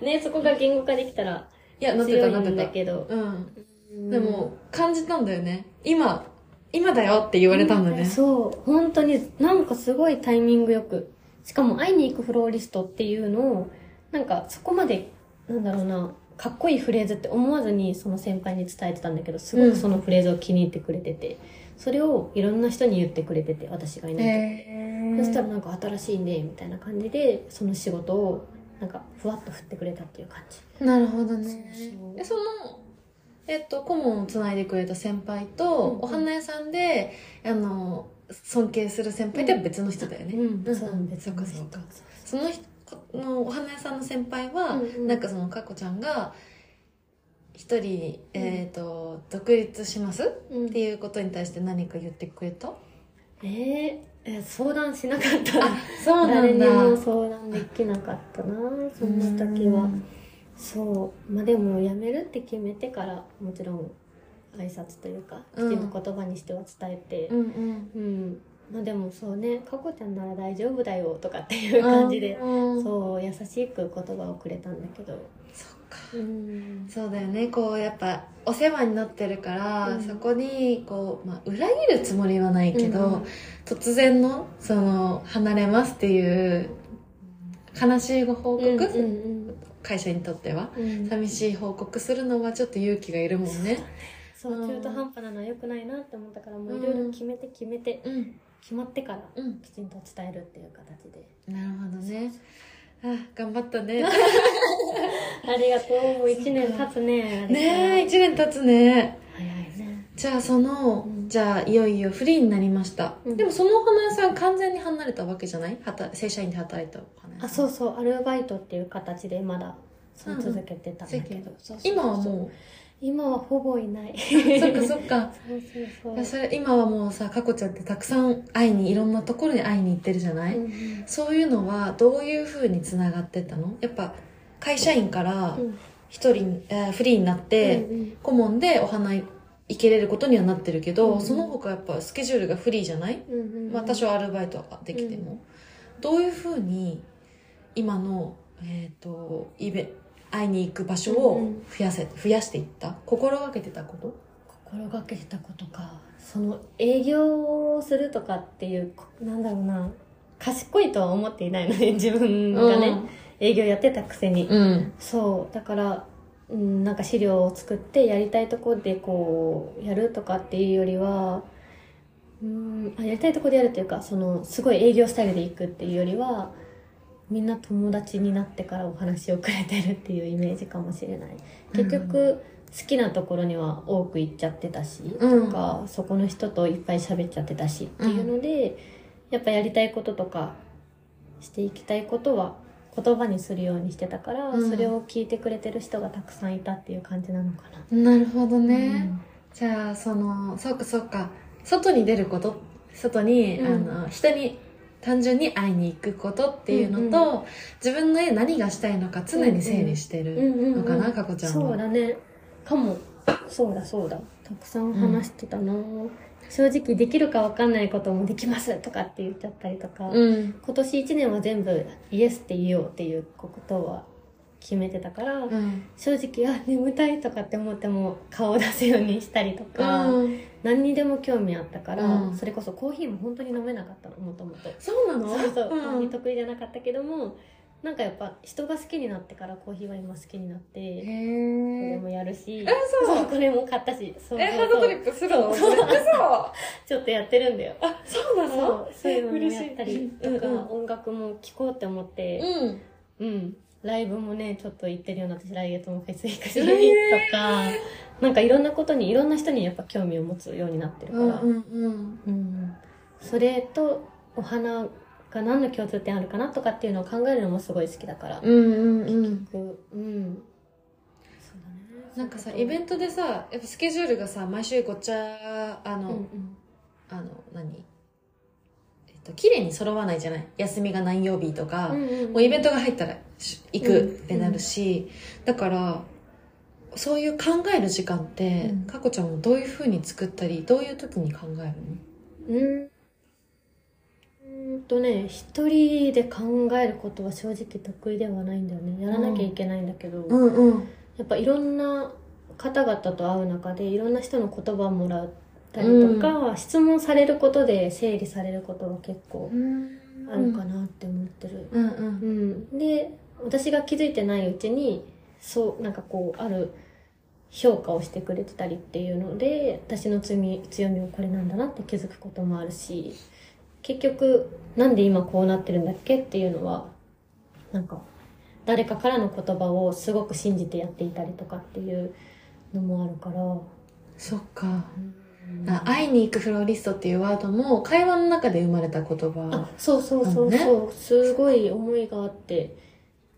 B: ねそこが言語化できたら
C: やなって
B: 強
C: た
B: い
C: なって
B: んだ
C: た
B: けど
C: うん
B: で
C: でも感じたんだよね今今だよって言われたんだね
B: そう本当になんかすごいタイミングよくしかも会いに行くフローリストっていうのをなんかそこまでなんだろうなかっこいいフレーズって思わずにその先輩に伝えてたんだけどすごくそのフレーズを気に入ってくれてて、それをいろんな人に言ってくれてて私がいないと、
C: へ
B: そしたらなんか新しいねみたいな感じでその仕事をなんかふわっと振ってくれたっていう感じ
C: なるほどね
B: そうそう
C: でそのえっと顧問をつないでくれた先輩と、
B: うんうん
C: お花屋さんであの尊敬する先輩って別の人だよね、
B: うんそう別
C: そっ
B: の
C: か
B: 人
C: そっかその人のお花屋さんの先輩は、
B: うんうん
C: なんかそのかこちゃんが一人、えっ、と独立します
B: うん
C: っていうことに対して何か言ってくれた、
B: えーえ相談しなかった
C: そうな
B: 誰
C: ん
B: に
C: だ
B: も相談できなかったなそんな時は
C: うん
B: そうまあでも辞めるって決めてからもちろん挨拶というかきち
C: うん
B: んと言葉にしては伝えて
C: うんうん
B: うん、まあでもそうね「かこちゃんなら大丈夫だよ」とかっていう感じで、
C: うんそ
B: そう優しく言葉をくれたんだけど
C: っか
B: うん
C: そうだよねこうやっぱお世話になってるから、
B: うん
C: そこにこう、まあ、裏切るつもりはないけど、
B: うん
C: 突然のその離れますっていう悲しいご報告、
B: うん
C: 会社にとっては
B: うんうん
C: 寂しい報告するのはちょっと勇気がいるもんね
B: そう中途半端なのは良くないなって思ったからもういろいろ決めて決めて
C: うん
B: 決まってから
C: うん
B: きちんと伝えるっていう形で
C: なるほどねあ頑張ったね
B: ありがとう。もう一年経つね。
C: ねえ
B: え。
C: 1年経つね
B: 早いね。
C: じゃあその、
B: うん
C: じゃあいよいよフリーになりました、
B: うん
C: でもそのお花屋さん完全に離れたわけじゃない働正社員で働いたお花屋さん
B: あ、そうそう。アルバイトっていう形でまだそう
C: うんうん
B: 続けてたんだけど。そうそうそう
C: 今はも
B: 今はほぼいない。そう
C: そっかそっ
B: [laughs]
C: か
B: うそうそ
C: いや
B: う。
C: それ今はもうさかこちゃんってたくさん会いにいろんなところに会いに行ってるじゃない、
B: うんうん
C: そういうのはどういうふうにつながってったのやっぱ会社員から
B: うん
C: 一人、えーフリーになって、
B: うんうん
C: 顧問でお花行けれることにはなってるけど、
B: うん
C: その他やっぱスケジュールがフリーじゃない、
B: うんうんうん
C: まあ、多少アルバイトができても、どういうふうに今の、えー、とイベ会いに行く場所
B: うんう
C: を
B: ん
C: 増やせ増やしていった心がけてたこと
B: 心がけてたことか。その営業をするとかっていう、こなんだろうな。賢いとは思っていないので、自分がね、営業やってたくせに。
C: うん、うん
B: そうだから、うん、なんか資料を作ってやりたいとこでこうやるとかっていうよりはうんあやりたいとこでやるというかそのすごい営業スタイルで行くっていうよりはみんな友達になってからお話をくれてるっていうイメージかもしれない結局、好きなところには多く行っちゃってたし、
C: うん
B: とかそこの人といっぱい喋っちゃってたしっていうので、やっぱやりたいこととかしていきたいことは言葉にするようにしてたから、
C: うん
B: それを聞いてくれてる人がたくさんいたっていう感じなのかな。
C: なるほどね、じゃあそのそうかそうか外に出ること外に、
B: うん
C: あの人に単純に会いに行くことっていうのと、自分の家何がしたいのか常に整理して
B: うん、う
C: る
B: んうんうん
C: のかな、かこちゃんは
B: そうだねかもそうだそうだたくさん話してたな、正直できるかわかんないこともできますとかって言っちゃったりとか、
C: うん
B: 今年1年は全部イエスって言おうっていうことは決めてたから、
C: うん
B: 正直あ眠たいとかって思っても顔を出すようにしたりとか、
C: うん
B: 何にでも興味あったから、
C: うん
B: それこそコーヒーも本当に飲めなかったのもともと
C: そうなの
B: そうそう、コー
C: う
B: ヒ
C: ん
B: ー得意じゃなかったけどもなんかやっぱ人が好きになってからコーヒーは今好きになってこれ
C: へ
B: もやるし
C: えそう
B: これも買ったしそうそうそう
C: えハードトリップする
B: そ
C: の
B: う
C: それ嘘
B: ちょっとやってるんだよ
C: あそうな
B: そ
C: の
B: うそういうのも
C: 嬉しい
B: やったりとか、
C: うんうん
B: 音楽も聴こうって思って、
C: うん
B: うん。ライブもね、ちょっと行ってるようになって、来月もフェス行くし、
C: え
B: とか、なんかいろんなことに、いろんな人にやっぱ興味を持つようになってる
C: う
B: か
C: ん
B: ら。
C: うんうん
B: うんそれと、お花が何の共通点あるかなとかっていうのを考えるのもすごい好きだから。
C: うんうんうん
B: うん。そうだね。
C: なんかさイベ
B: ン
C: ントでさやっぱスケジュールがさ毎週ごっちゃ
B: ト
C: あの、
B: うん
C: あの何えっと綺麗に揃わないじゃない休みが何曜日とか、
B: うん。うんうん
C: もうイベントが入ったらし行く
B: うん
C: ってなるし、だからそういう考える時間って、
B: うん
C: かこちゃんもどういうふうに作ったりどういう時に考えるの
B: うん。とね一人で考えることは正直得意ではないんだよねやらなきゃいけないんだけど、
C: うんうん
B: やっぱいろんな方々と会う中でいろんな人の言葉をもらったりとか、質問されることで整理されることが結構
C: うん
B: あるかなって思ってる、
C: うんうん
B: うん、で私が気づいてないうちにそうなんかこうある評価をしてくれてたりっていうので私の強み強みをこれなんだなって気づくこともあるし結局なんで今こうなってるんだっけっていうのはなんか誰かからの言葉をすごく信じてやっていたりとかっていうのもあるから、
C: そっか
B: うん
C: あ会いに行くフローリストっていうワードも会話の中で生まれた言葉
B: あそうそうそう
C: あ
B: そう、すごい思いがあって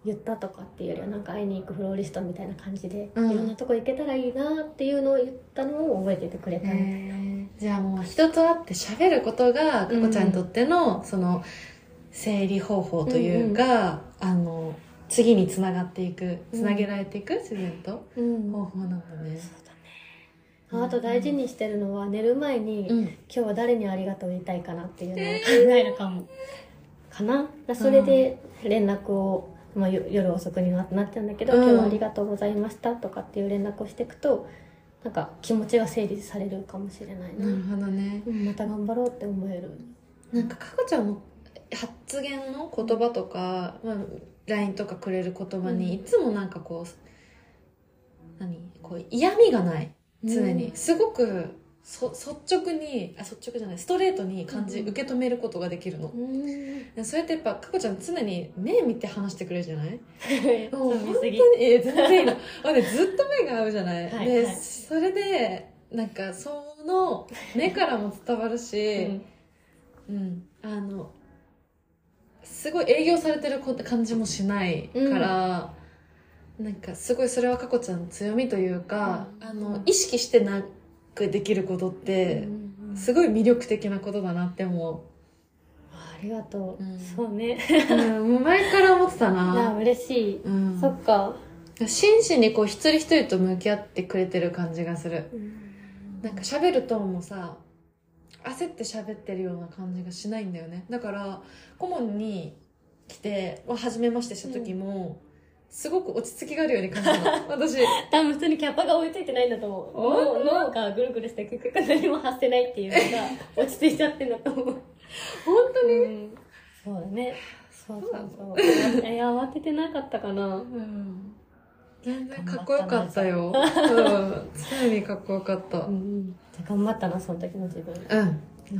B: 言ったとかっていうよりはなんか会いに行くフローリストみたいな感じで、
C: うん
B: いろんなとこ行けたらいいなっていうのを言ったのを覚えててくれたの、
C: へーじゃあもう人と会って喋ることが佳子ちゃんにとっての、その整理方法というか、あの次につながっていく
B: うん
C: つなげられていく自然と
B: うん
C: 方法なんだね、
B: ああと大事にしてるのは寝る前に、今
C: ん、
B: 日は誰にありがとう言いたいかなっていうのを考えるかも、かなだそれで連絡を、まあ、よ夜遅くにななっちゃうんだけど、
C: うん
B: 今日はありがとうございましたとかっていう連絡をしていくとなんか気持ちが整理されるかもしれないな、
C: なるほどね
B: うんまた頑張ろうって思える。
C: なんか佳子ちゃんの発言の言葉とか、まあ、LINE とかくれる言葉に、
B: うん
C: いつもなんかこう何こう嫌味がない常に、すごくそ率直にあ率直じゃないストレートに感じ、
B: うん
C: 受け止めることができるの
B: う、ん。
C: それってやっぱ佳子ちゃん常に目見て話してくれるじゃないもう
B: [laughs] そう
C: 本
B: 見
C: 当
B: す
C: に
B: ぎ。
C: いや全然いいのまあねずっと目が合うじゃない、
B: はい
C: で
B: はい
C: それでなんかその目からも伝わるし、うん、あのすごい営業されてるこ感じもしないから、なんかすごいそれは佳子ちゃんの強みというか、
B: うん
C: あの意識してなくできることっ
B: う
C: て、
B: ん
C: すごい魅力的なことだなって
B: [laughs]
C: 思
B: ありがとう。
C: うん
B: そうね。
C: う、うん、もう前から思って
B: [laughs] い
C: た
B: や、
C: な、
B: 嬉しい。
C: うん、
B: そっか。
C: 真摯にこう一人一人と向き合ってくれてる感じがするなんか喋るトーンもさ焦って喋ってるような感じがしないんだよねだから顧問に来て、まあ、初めましてした時も、すごく落ち着きがあるように感じた [laughs] の私
B: 多分普通にキャパが追いついてないんだと思う。脳脳がぐるぐるして結局何も発せないっていうのが落ち着いちゃってんだと思う。
C: 本当に、
B: うんそうだね。そうそうそう。え、慌ててなかったかな。
C: うん、全然かっこよかったようん常にかっこよかった
B: う
C: うん、
B: ん。じゃあ頑張ったな、その時の自分。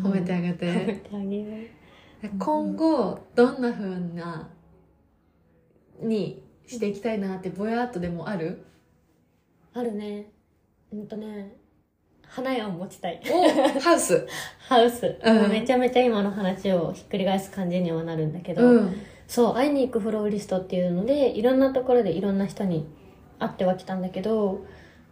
C: 褒めてあげて、
B: 褒めてあげよう。
C: 今後どんなふうなにしていきたいなってぼやっとでもある
B: あるね。うんとね、花屋を持ちたい。
C: おハウス
B: ハウス。
C: うん
B: めちゃめちゃ今の話をひっくり返す感じにはなるんだけど、
C: うん
B: そう、会いに行くフローリストっていうので、いろんなところでいろんな人に会ってはきたんだけど、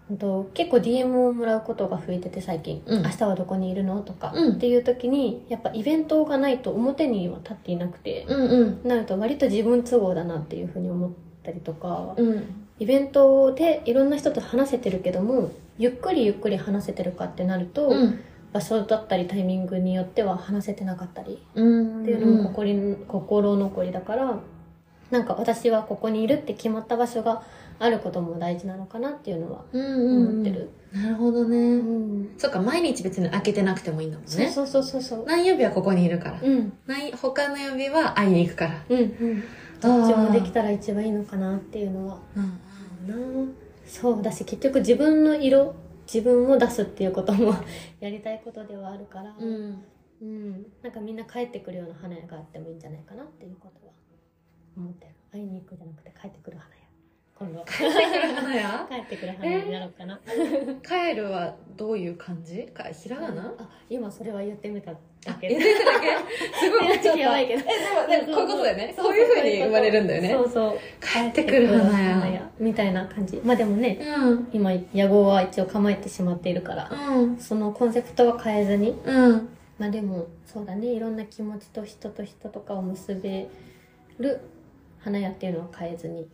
B: うんと結構 DM をもらうことが増えてて最近、
C: うん
B: 明日はどこにいるのとか、
C: うん
B: っていう時に、やっぱイベントがないと表には立っていなくて、
C: うんうん
B: なると割と自分都合だなっていうふうに思ったりとか、
C: うん
B: イベントでいろんな人と話せてるけどもゆっくりゆっくり話せてるかってなると、
C: うん
B: 場所だったりタイミングによっては話せてなかったり
C: うん
B: っていうのも心,、心残りだからなんか私はここにいるって決まった場所があることも大事なのかなっていうのは
C: うんうん
B: 思ってる、
C: なるほど
B: う
C: ね
B: ん
C: そっか毎日別に開けてなくてもいいんだもん
B: そう
C: ね
B: そうそうそうそう
C: 何曜日はここにいるから、
B: うん
C: ない他の曜日は会いに行くから
B: うんうんどっちもできたら一番いいのかなっていうのは
C: うん
B: なあそうだし結局自分の色自分を出すっていうことも [laughs] やりたいことではあるから、
C: うん
B: うんなんかみんな帰ってくるような花屋があってもいいんじゃないかなっていうことは思ってる会いに行くじゃなくて帰ってくる花屋今 [laughs] 度は
C: 帰ってくる花や
B: 帰ってくる花屋になろうかな、
C: 帰るはどういう感じかひらがな
B: あ今それは言ってみただ
C: あ、
B: け
C: 言ってただけすごい思っちゃった。
B: やばいけど
C: え、でも、でもこういうことだよね。
B: そ
C: こういう風に
B: そ
C: 生まれるんだよね
B: そ。うそう
C: 帰ってくる花
B: 帰ってくる
C: や。
B: みたいな感じまあでもね
C: うん。
B: 今野望は一応構えてしまっているから、
C: うん。
B: そのコンセプトは変えずに
C: うん。
B: まあでもそうだねいろんな気持ちと人と人とかを結べる花屋っていうのは変えずに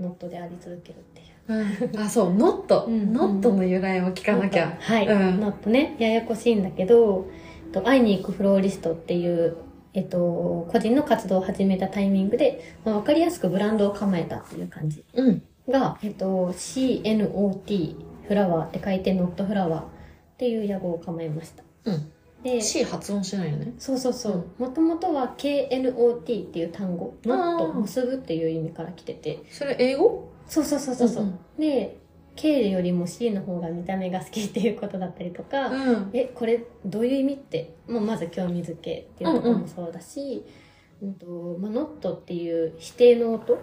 B: ノットであり続けるっていう
C: うんあ、そう、ノット。
B: うん
C: ノットの由来を聞かなき
B: ノッ
C: ゃ
B: ト。はい、
C: うん
B: ノットねややこしいんだけどと会いに行くフローリストっていうえっと、個人の活動を始めたタイミングで、まあ、わかりやすくブランドを構えたっていう感じ
C: うん。
B: が、えっと、CNOT フラワーって書いて、ノットフラワーっていう屋号を構えました。
C: うん
B: で、
C: C 発音してないよね。
B: そうそうそう。もともとは KNOT っていう単語、
C: あー
B: ノット、結ぶっていう意味から来てて、
C: それ英語
B: そうそうそうそう。う
C: うん
B: で、K よりも C の方が見た目が好きっていうことだったりとか、
C: うん。
B: えこれどういう意味って、まあ、まず興味づけっていうところもそうだし「うんとまあ、ノット」っていう否定の音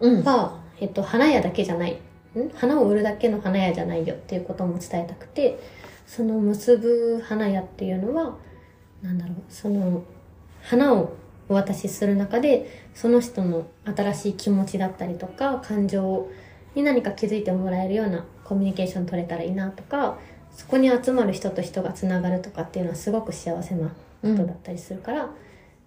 C: うん。
B: が、えっと、花屋だけじゃないん花を売るだけの花屋じゃないよっていうことも伝えたくてその結ぶ花屋っていうのはなんだろうその花をお渡しする中でその人の新しい気持ちだったりとか感情に何か気づいてもらえるようなコミュニケーション取れたらいいなとかそこに集まる人と人がつながるとかっていうのはすごく幸せな
C: う
B: ことだ
C: ん。
B: ったりするから、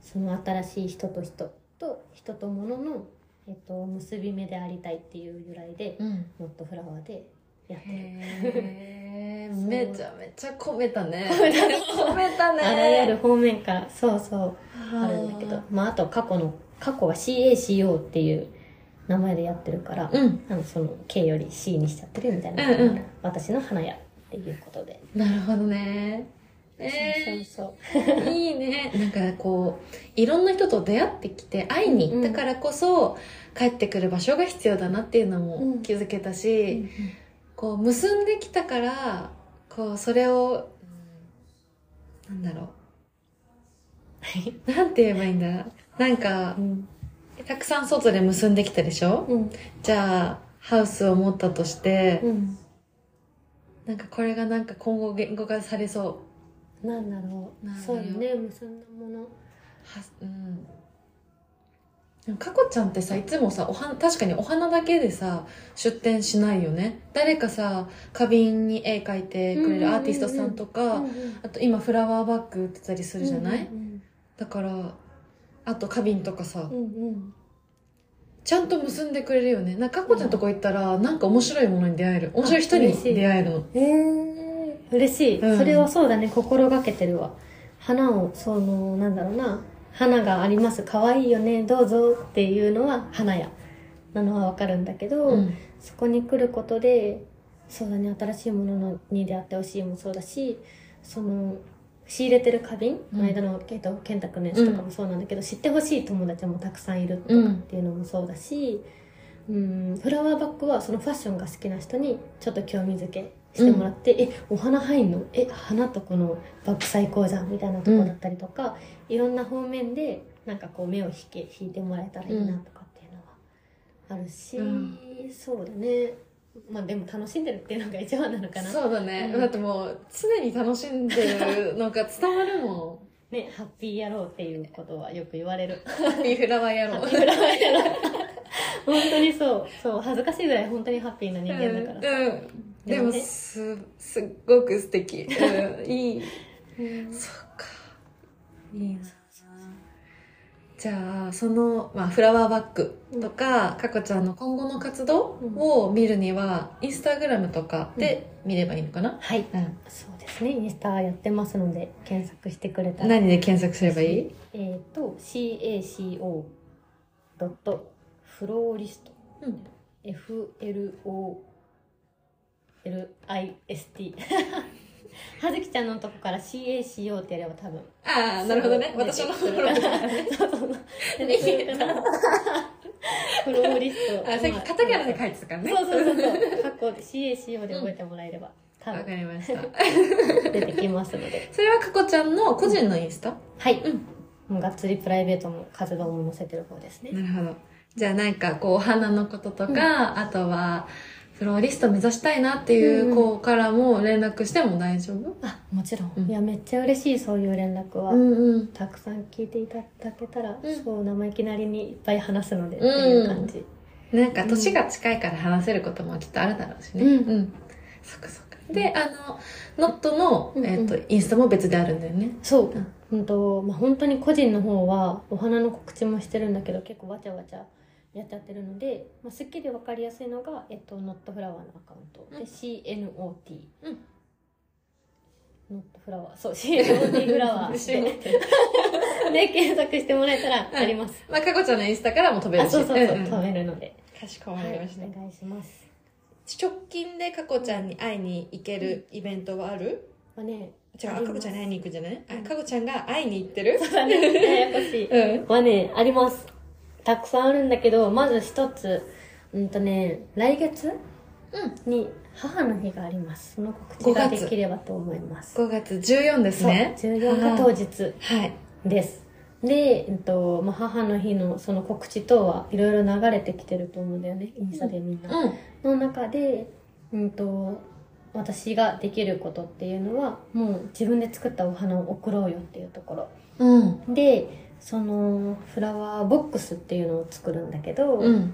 B: その新しい人と人と人と物の、えっと、結び目でありたいっていう由来で、
C: うん。
B: ノットフラワーでやってる。
C: へー
B: そう
C: めちゃめちゃ込めた [laughs] ね。
B: 込めたね
C: 込めたね。
B: あらゆる方面からそうそう
C: あ
B: あるんだけどまああと過去の過去は CACO っていう名前でやってるから、
C: うん。
B: あのその K より C にしちゃってるみたいな、
C: うんうん
B: 私の花屋っていうことで、
C: なるほどね。えー、
B: そうそう
C: いいね。なんかこう、いろんな人と出会ってきて、会いに行ったからこそ、帰ってくる場所が必要だなっていうの
B: う
C: も
B: ん
C: 気づけた
B: そう、
C: し、
B: うん
C: こう結んできたからこうそれを、うんなんだろうなんて言えばいいんだなんか
B: うん
C: たくさん外で結んできたでしょ
B: うん
C: じゃあハウスを持ったとして、
B: うん
C: なんかこれがなんか今後言語化されそ
B: なんだろう
C: なんだろ
B: そ
C: う
B: うよね結んだもの
C: うはうんでもかこちゃんってさいつもさおは確かにお花だけでさ出店しないよね誰かさ花瓶に絵描いてくれるアーティストさんとか、
B: うんうん
C: あと今フラワーバッグ売ってたりするじゃない、
B: うん
C: だからあと花瓶とかさ、
B: うんうん
C: ちゃんと結んでくれるよねなんかかっこちゃんとこ行ったら、なんか面白いものに出会える面白い人に
B: 嬉しい
C: 出会えるの
B: うんえー、嬉しい、
C: うん
B: それはそうだね心がけてるわ花をそのなんだろうな花があります可愛いよねどうぞっていうのは花屋なのはわかるんだけど、
C: うん
B: そこに来ることでそうだね新しいもののに出会ってほしいもそうだしその仕入れてる花瓶、
C: うん
B: この間の、えっと、健太くんのやつとかもそうなんだけど、知ってほしい友達もたくさんいるとかっていうのもそうだし、うん、フラワーバッグはそのファッションが好きな人にちょっと興味づけしてもらって、えお花入んのえ花とこのバッグ最高じゃんみたいなとこだったりとか、いろんな方面でなんかこう目を引け引いてもらえたらいいなとかっていうのはあるし、
C: うん
B: そうだねまあでも楽しんでるっていうのが一番なのかな、
C: そうだね、
B: うん
C: だってもう常に楽しんでるのが伝わるも
B: ね、ハッピー野郎っていうことはよく言われる [laughs]
C: んハッピーフラワー野
B: ハ
C: 郎
B: ッピー野郎本当にそうそう恥ずかしいぐらい本当にハッピーな人間だからさ、
C: うんうんでも
B: ね
C: すすっごく素敵、うん、いい
B: うん
C: そっかいいなじゃあその、まあ、フラワーバッグとか、かこちゃんの今後の活動を見るには、インスタグラムとかで見ればいいのかな、
B: はい
C: うん
B: そうですねインスタやってますので検索してくれたら
C: 何で検索すればいい
B: えっ、と CACO ドットフローリスト
C: うん
B: FLOLIST [laughs] はずきちゃんのとこから CACO ってやれば多分
C: ああなるほどね私のフ [laughs] ォローだね
B: そうそう出てくるかなフローリスト
C: あさっきカタカナで書いてたからね
B: そうそうそうそう過去で CACO で覚えてもらえれば、多
C: わか
B: 分
C: りました
B: 出てきますので
C: それはかこちゃんの個人のインスタ、
B: はい、もうがっつりプライベートも活動も載せてる方ですね、
C: なるほどじゃあなんかこうお花のこととか、あとはフローリスト目指したいなっていう子からも連絡しても大丈夫
B: あもちろん、
C: うん
B: いやめっちゃ嬉しいそういう連絡は、
C: んうん
B: たくさん聞いていただけたら、
C: うん
B: そう生意気なりにいっぱい話すのでっていう感じ、
C: なんか年が近いから話せることもきっとあるだろうしね。
B: うん
C: そっかそっか。で、あの、ノットの、
B: うんうん
C: えっ、と、インスタも別であるんだよね。
B: そう
C: うん、
B: うんとまあ、本当に個人の方はお花の告知もしてるんだけど結構わちゃわちゃやっちゃってるので、まあ、すっきりわかりやすいのが、えっと、ノットフラワーのアカウントで、
C: うん
B: CNOT、
C: うん [laughs]
B: ノットフラワーそう CNOT フラワーでで検索してもらえたらあります。
C: まあ、かこちゃんのインスタからも飛べる
B: あ、
C: し。
B: そうそうそう、
C: んん
B: 飛べるので。
C: かしこ
B: は
C: まりま
B: い
C: し、た。
B: お願いします。
C: 直近でかこちゃんに会いに行けるイベントはある、
B: まあね、
C: 違う、
B: ありま
C: あ
B: す
C: かこちゃんに会いに行くんじゃない、
B: うん
C: あ、かこちゃんが会いに行ってる
B: そうだね、ややこしい。
C: [laughs] うん。
B: はね、あります。たくさんあるんだけど、まず一つ、うんとね、来月に母の日があります。その告知が
C: 5
B: で
C: 月
B: きればと思います。
C: 5月14ですね。
B: そう14日当日
C: はい。
B: です。で、えっと、まあ、母の日のその告知等はいろいろ流れてきてると思うんだよね。インスタでみんな。
C: うん。
B: の中で、うんと、私ができることっていうのは、もう自分で作ったお花を贈ろうよっていうところ。
C: うん。
B: でそのフラワーボックスっていうのを作るんだけど、
C: うん。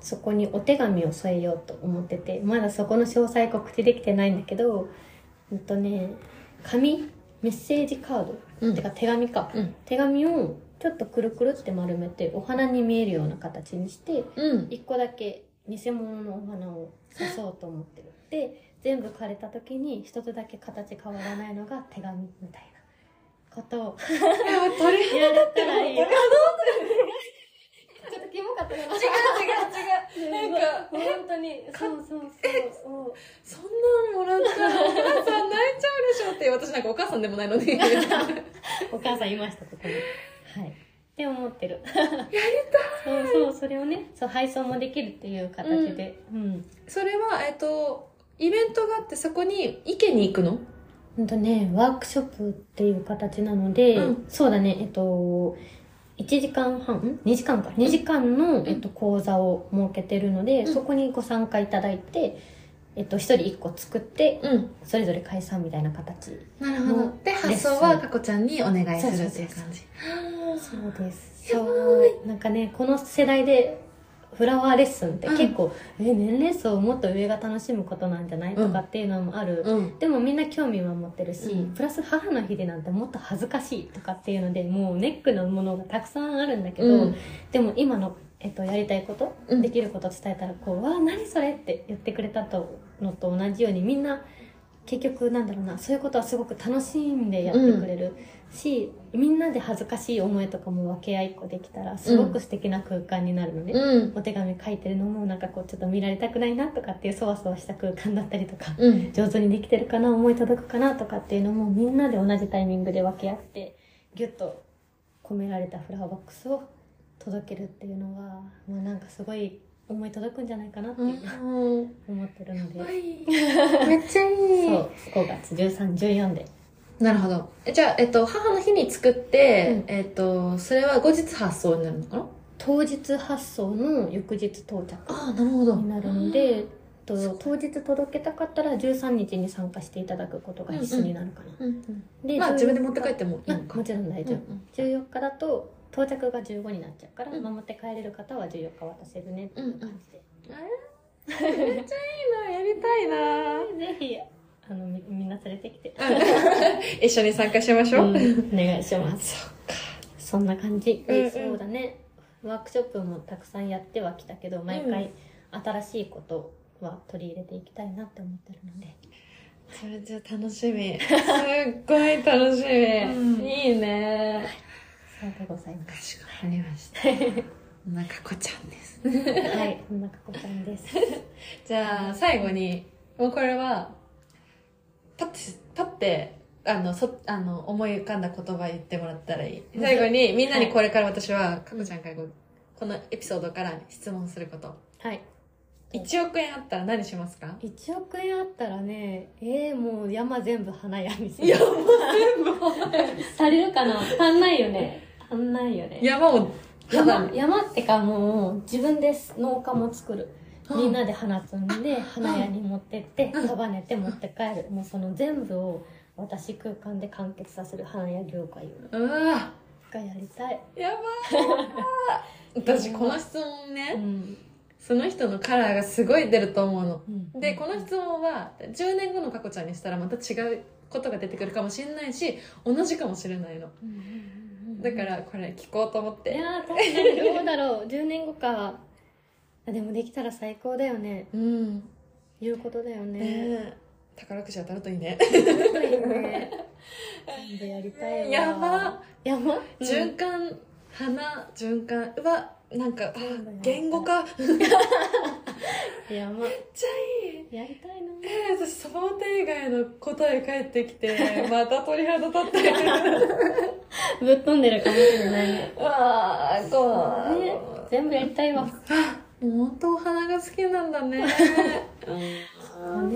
B: そこにお手紙を添えようと思っててまだそこの詳細告知できてないんだけどうんとね紙メッセージカード、
C: うん
B: てか手紙か、
C: うん
B: 手紙をちょっとくるくるって丸めてお花に見えるような形にして
C: うん。
B: 一個だけ偽物のお花を刺そうと思ってるで全部枯れた時に一つだけ形変わらないのが手紙みたいなことを
C: 鳥肌
B: やれたらいいよ。ちょっとキモかったよな。違
C: 違う違う違う。なんか、
B: 本当に、そうそうそう。もう
C: そんなのもらったらお母さん泣いちゃうでしょって、私なんかお母さんでも [laughs] ないのに。
B: お母さんいました、ここに。はい。って思ってる。やりたいそうそう、それをね、そう、配送もできるっていう形で。うん。
C: それは、えっと、イベントがあってそこに池に行くの
B: ほんとね、ワークショップっていう形なので、
C: うん
B: そうだね、えっと、1時間半ん ?2 時間か。2時間の、えっと、講座を設けてるので、
C: うん
B: そこにご参加いただいて、えっと、1人1個作って、
C: うん。
B: それぞれ解散みたいな形
C: なる
B: ほど
C: で、
B: ッスン
C: 発想はかこちゃんにお願いするって
B: そ
C: い
B: そうそう
C: うう
B: そう
C: 感じ。
B: そうですそうなんかねこの世代でフラワーレッスンって結構、え年齢層もっと上が楽しむことなんじゃない、
C: うん
B: とかっていうのもある、
C: うん。
B: でもみんな興味は持ってるし、
C: うん
B: プラス母の日でなんてもっと恥ずかしいとかっていうのでもうネックのものがたくさんあるんだけど、
C: うん
B: でも今の、えっと、やりたいこと、
C: うん
B: できること伝えたらこう「わあ何それ?」って言ってくれたとのと同じようにみんな結局なんだろうなそういうことはすごく楽しんでやってくれるし、みんなで恥ずかしい思いとかも分け合いっこできたらすごく素敵な空間になるのね。
C: うん。
B: お手紙書いてるのもなんかこうちょっと見られたくないなとかっていうそわそわした空間だったりとか、
C: うん。
B: 上手にできてるかな思い届くかなとかっていうのもみんなで同じタイミングで分け合ってギュッと込められたフラワーボックスを届けるっていうのがもうなんかすごい思い届くんじゃないかなっていう
C: うん。
B: 思ってるので、
C: めっちゃいい
B: そう5月1314で
C: なるほど。えじゃあ、えっと、母の日に作って、
B: う
C: えっと、それは後日発送になるのかな
B: 当日発送の翌日到着
C: ああ、なるほど
B: になるので、と当日届けたかったら13日に参加していただくことが必須になるかな、
C: うん
B: で
C: まあ、
B: 14
C: 自分で持って帰ってもいい
B: あ
C: のか。
B: もちろん大丈夫、14日だと到着が15になっちゃうから、
C: うん
B: 守って帰れる方は14日渡せるねっていう感じで、
C: めっちゃいいな、やりたいな。
B: ぜひあのみみんな連れてきて、
C: [laughs] 一緒に参加しましょう。
B: お願いしますそ
C: そ
B: んな感じで、
C: うんうん
B: そうだねワークショップもたくさんやってはきたけど毎回新しいことは取り入れていきたいなって思ってるので、
C: それじゃ楽しみ。すっごい楽し
B: うん
C: み。いいね。
B: そうでございま
C: か
B: す
C: しこまりま [laughs] した。なかこちゃんです。
B: はいそんなかこちゃんです [laughs]
C: じゃあ、最後に、もうこれは、パッて、パッて、あの、そ、あの、思い浮かんだ言葉言ってもらったらいい。
B: うん
C: 最後に、みんなにこれから私は、かこちゃんからこうこのエピソードから質問すること。
B: はい
C: 1億円あったら何しますか
B: 1億円あったらねえー、もう山全部花屋にす
C: いや、もう全部。
B: されるかな [laughs] 足んないよね足んないよね
C: 山を、
B: 山山ってかもう自分で農家も作る、
C: うん
B: みんなで花摘んで花屋に持ってって
C: うん
B: 束ねて持って帰るもうその全部を私空間で完結させる花屋業界
C: うわ
B: がやりたい、
C: やばい。 [laughs] 私、この質問ね、
B: ん
C: その人のカラーがすごい出ると思うの。
B: うん
C: で、この質問は、10年後のかこちゃんにしたらまた違うことが出てくるかもしれないし、同じかもしれないの。
B: うんうんうんうん
C: だから、これ聞こうと思っ
B: い
C: て。
B: やー確かにどうだろう10年後かあでもできたら最高だよね
C: うん。
B: いうことだよ
C: ね
B: ね
C: [laughs] え。宝くじ当たるといいね。
B: すごいね全部やりたいわ
C: やば
B: やば
C: 循環花循環うわなんかあ
B: そうだよ
C: 言語化
B: やば
C: めっちゃいい
B: やりたいな
C: えー私サボテン以外の答え返ってきて [laughs] また鳥肌立ってる
B: ぶっ飛んでるかもしれないね
C: うわあこう、
B: ね全部やりたいわ
C: もう本当お花が好きなんだね
B: ね花好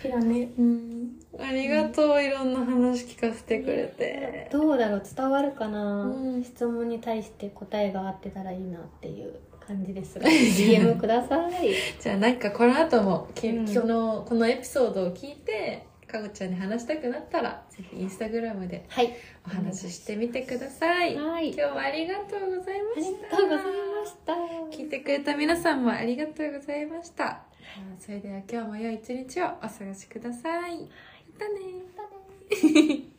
B: きだね
C: うんありがとう、いろんな話聞かせてくれて、
B: どうだろう伝わるかな、
C: うん
B: 質問に対して答えが合ってたらいいなっていう感じ [laughs] ですが DM ください
C: じゃあなんかこの後もき、
B: うん
C: このこのエピソードを聞いてかごちゃんに話したくなったらぜひインスタグラムで
B: はい
C: お話ししてみてください、
B: はい
C: 今日はありがとうござい
B: あ
C: ま
B: り
C: した
B: がとうございました
C: 聞いてくれた皆さんもありがとうございました、それでは今日も良い一日をお過ごしくださいまたねまたね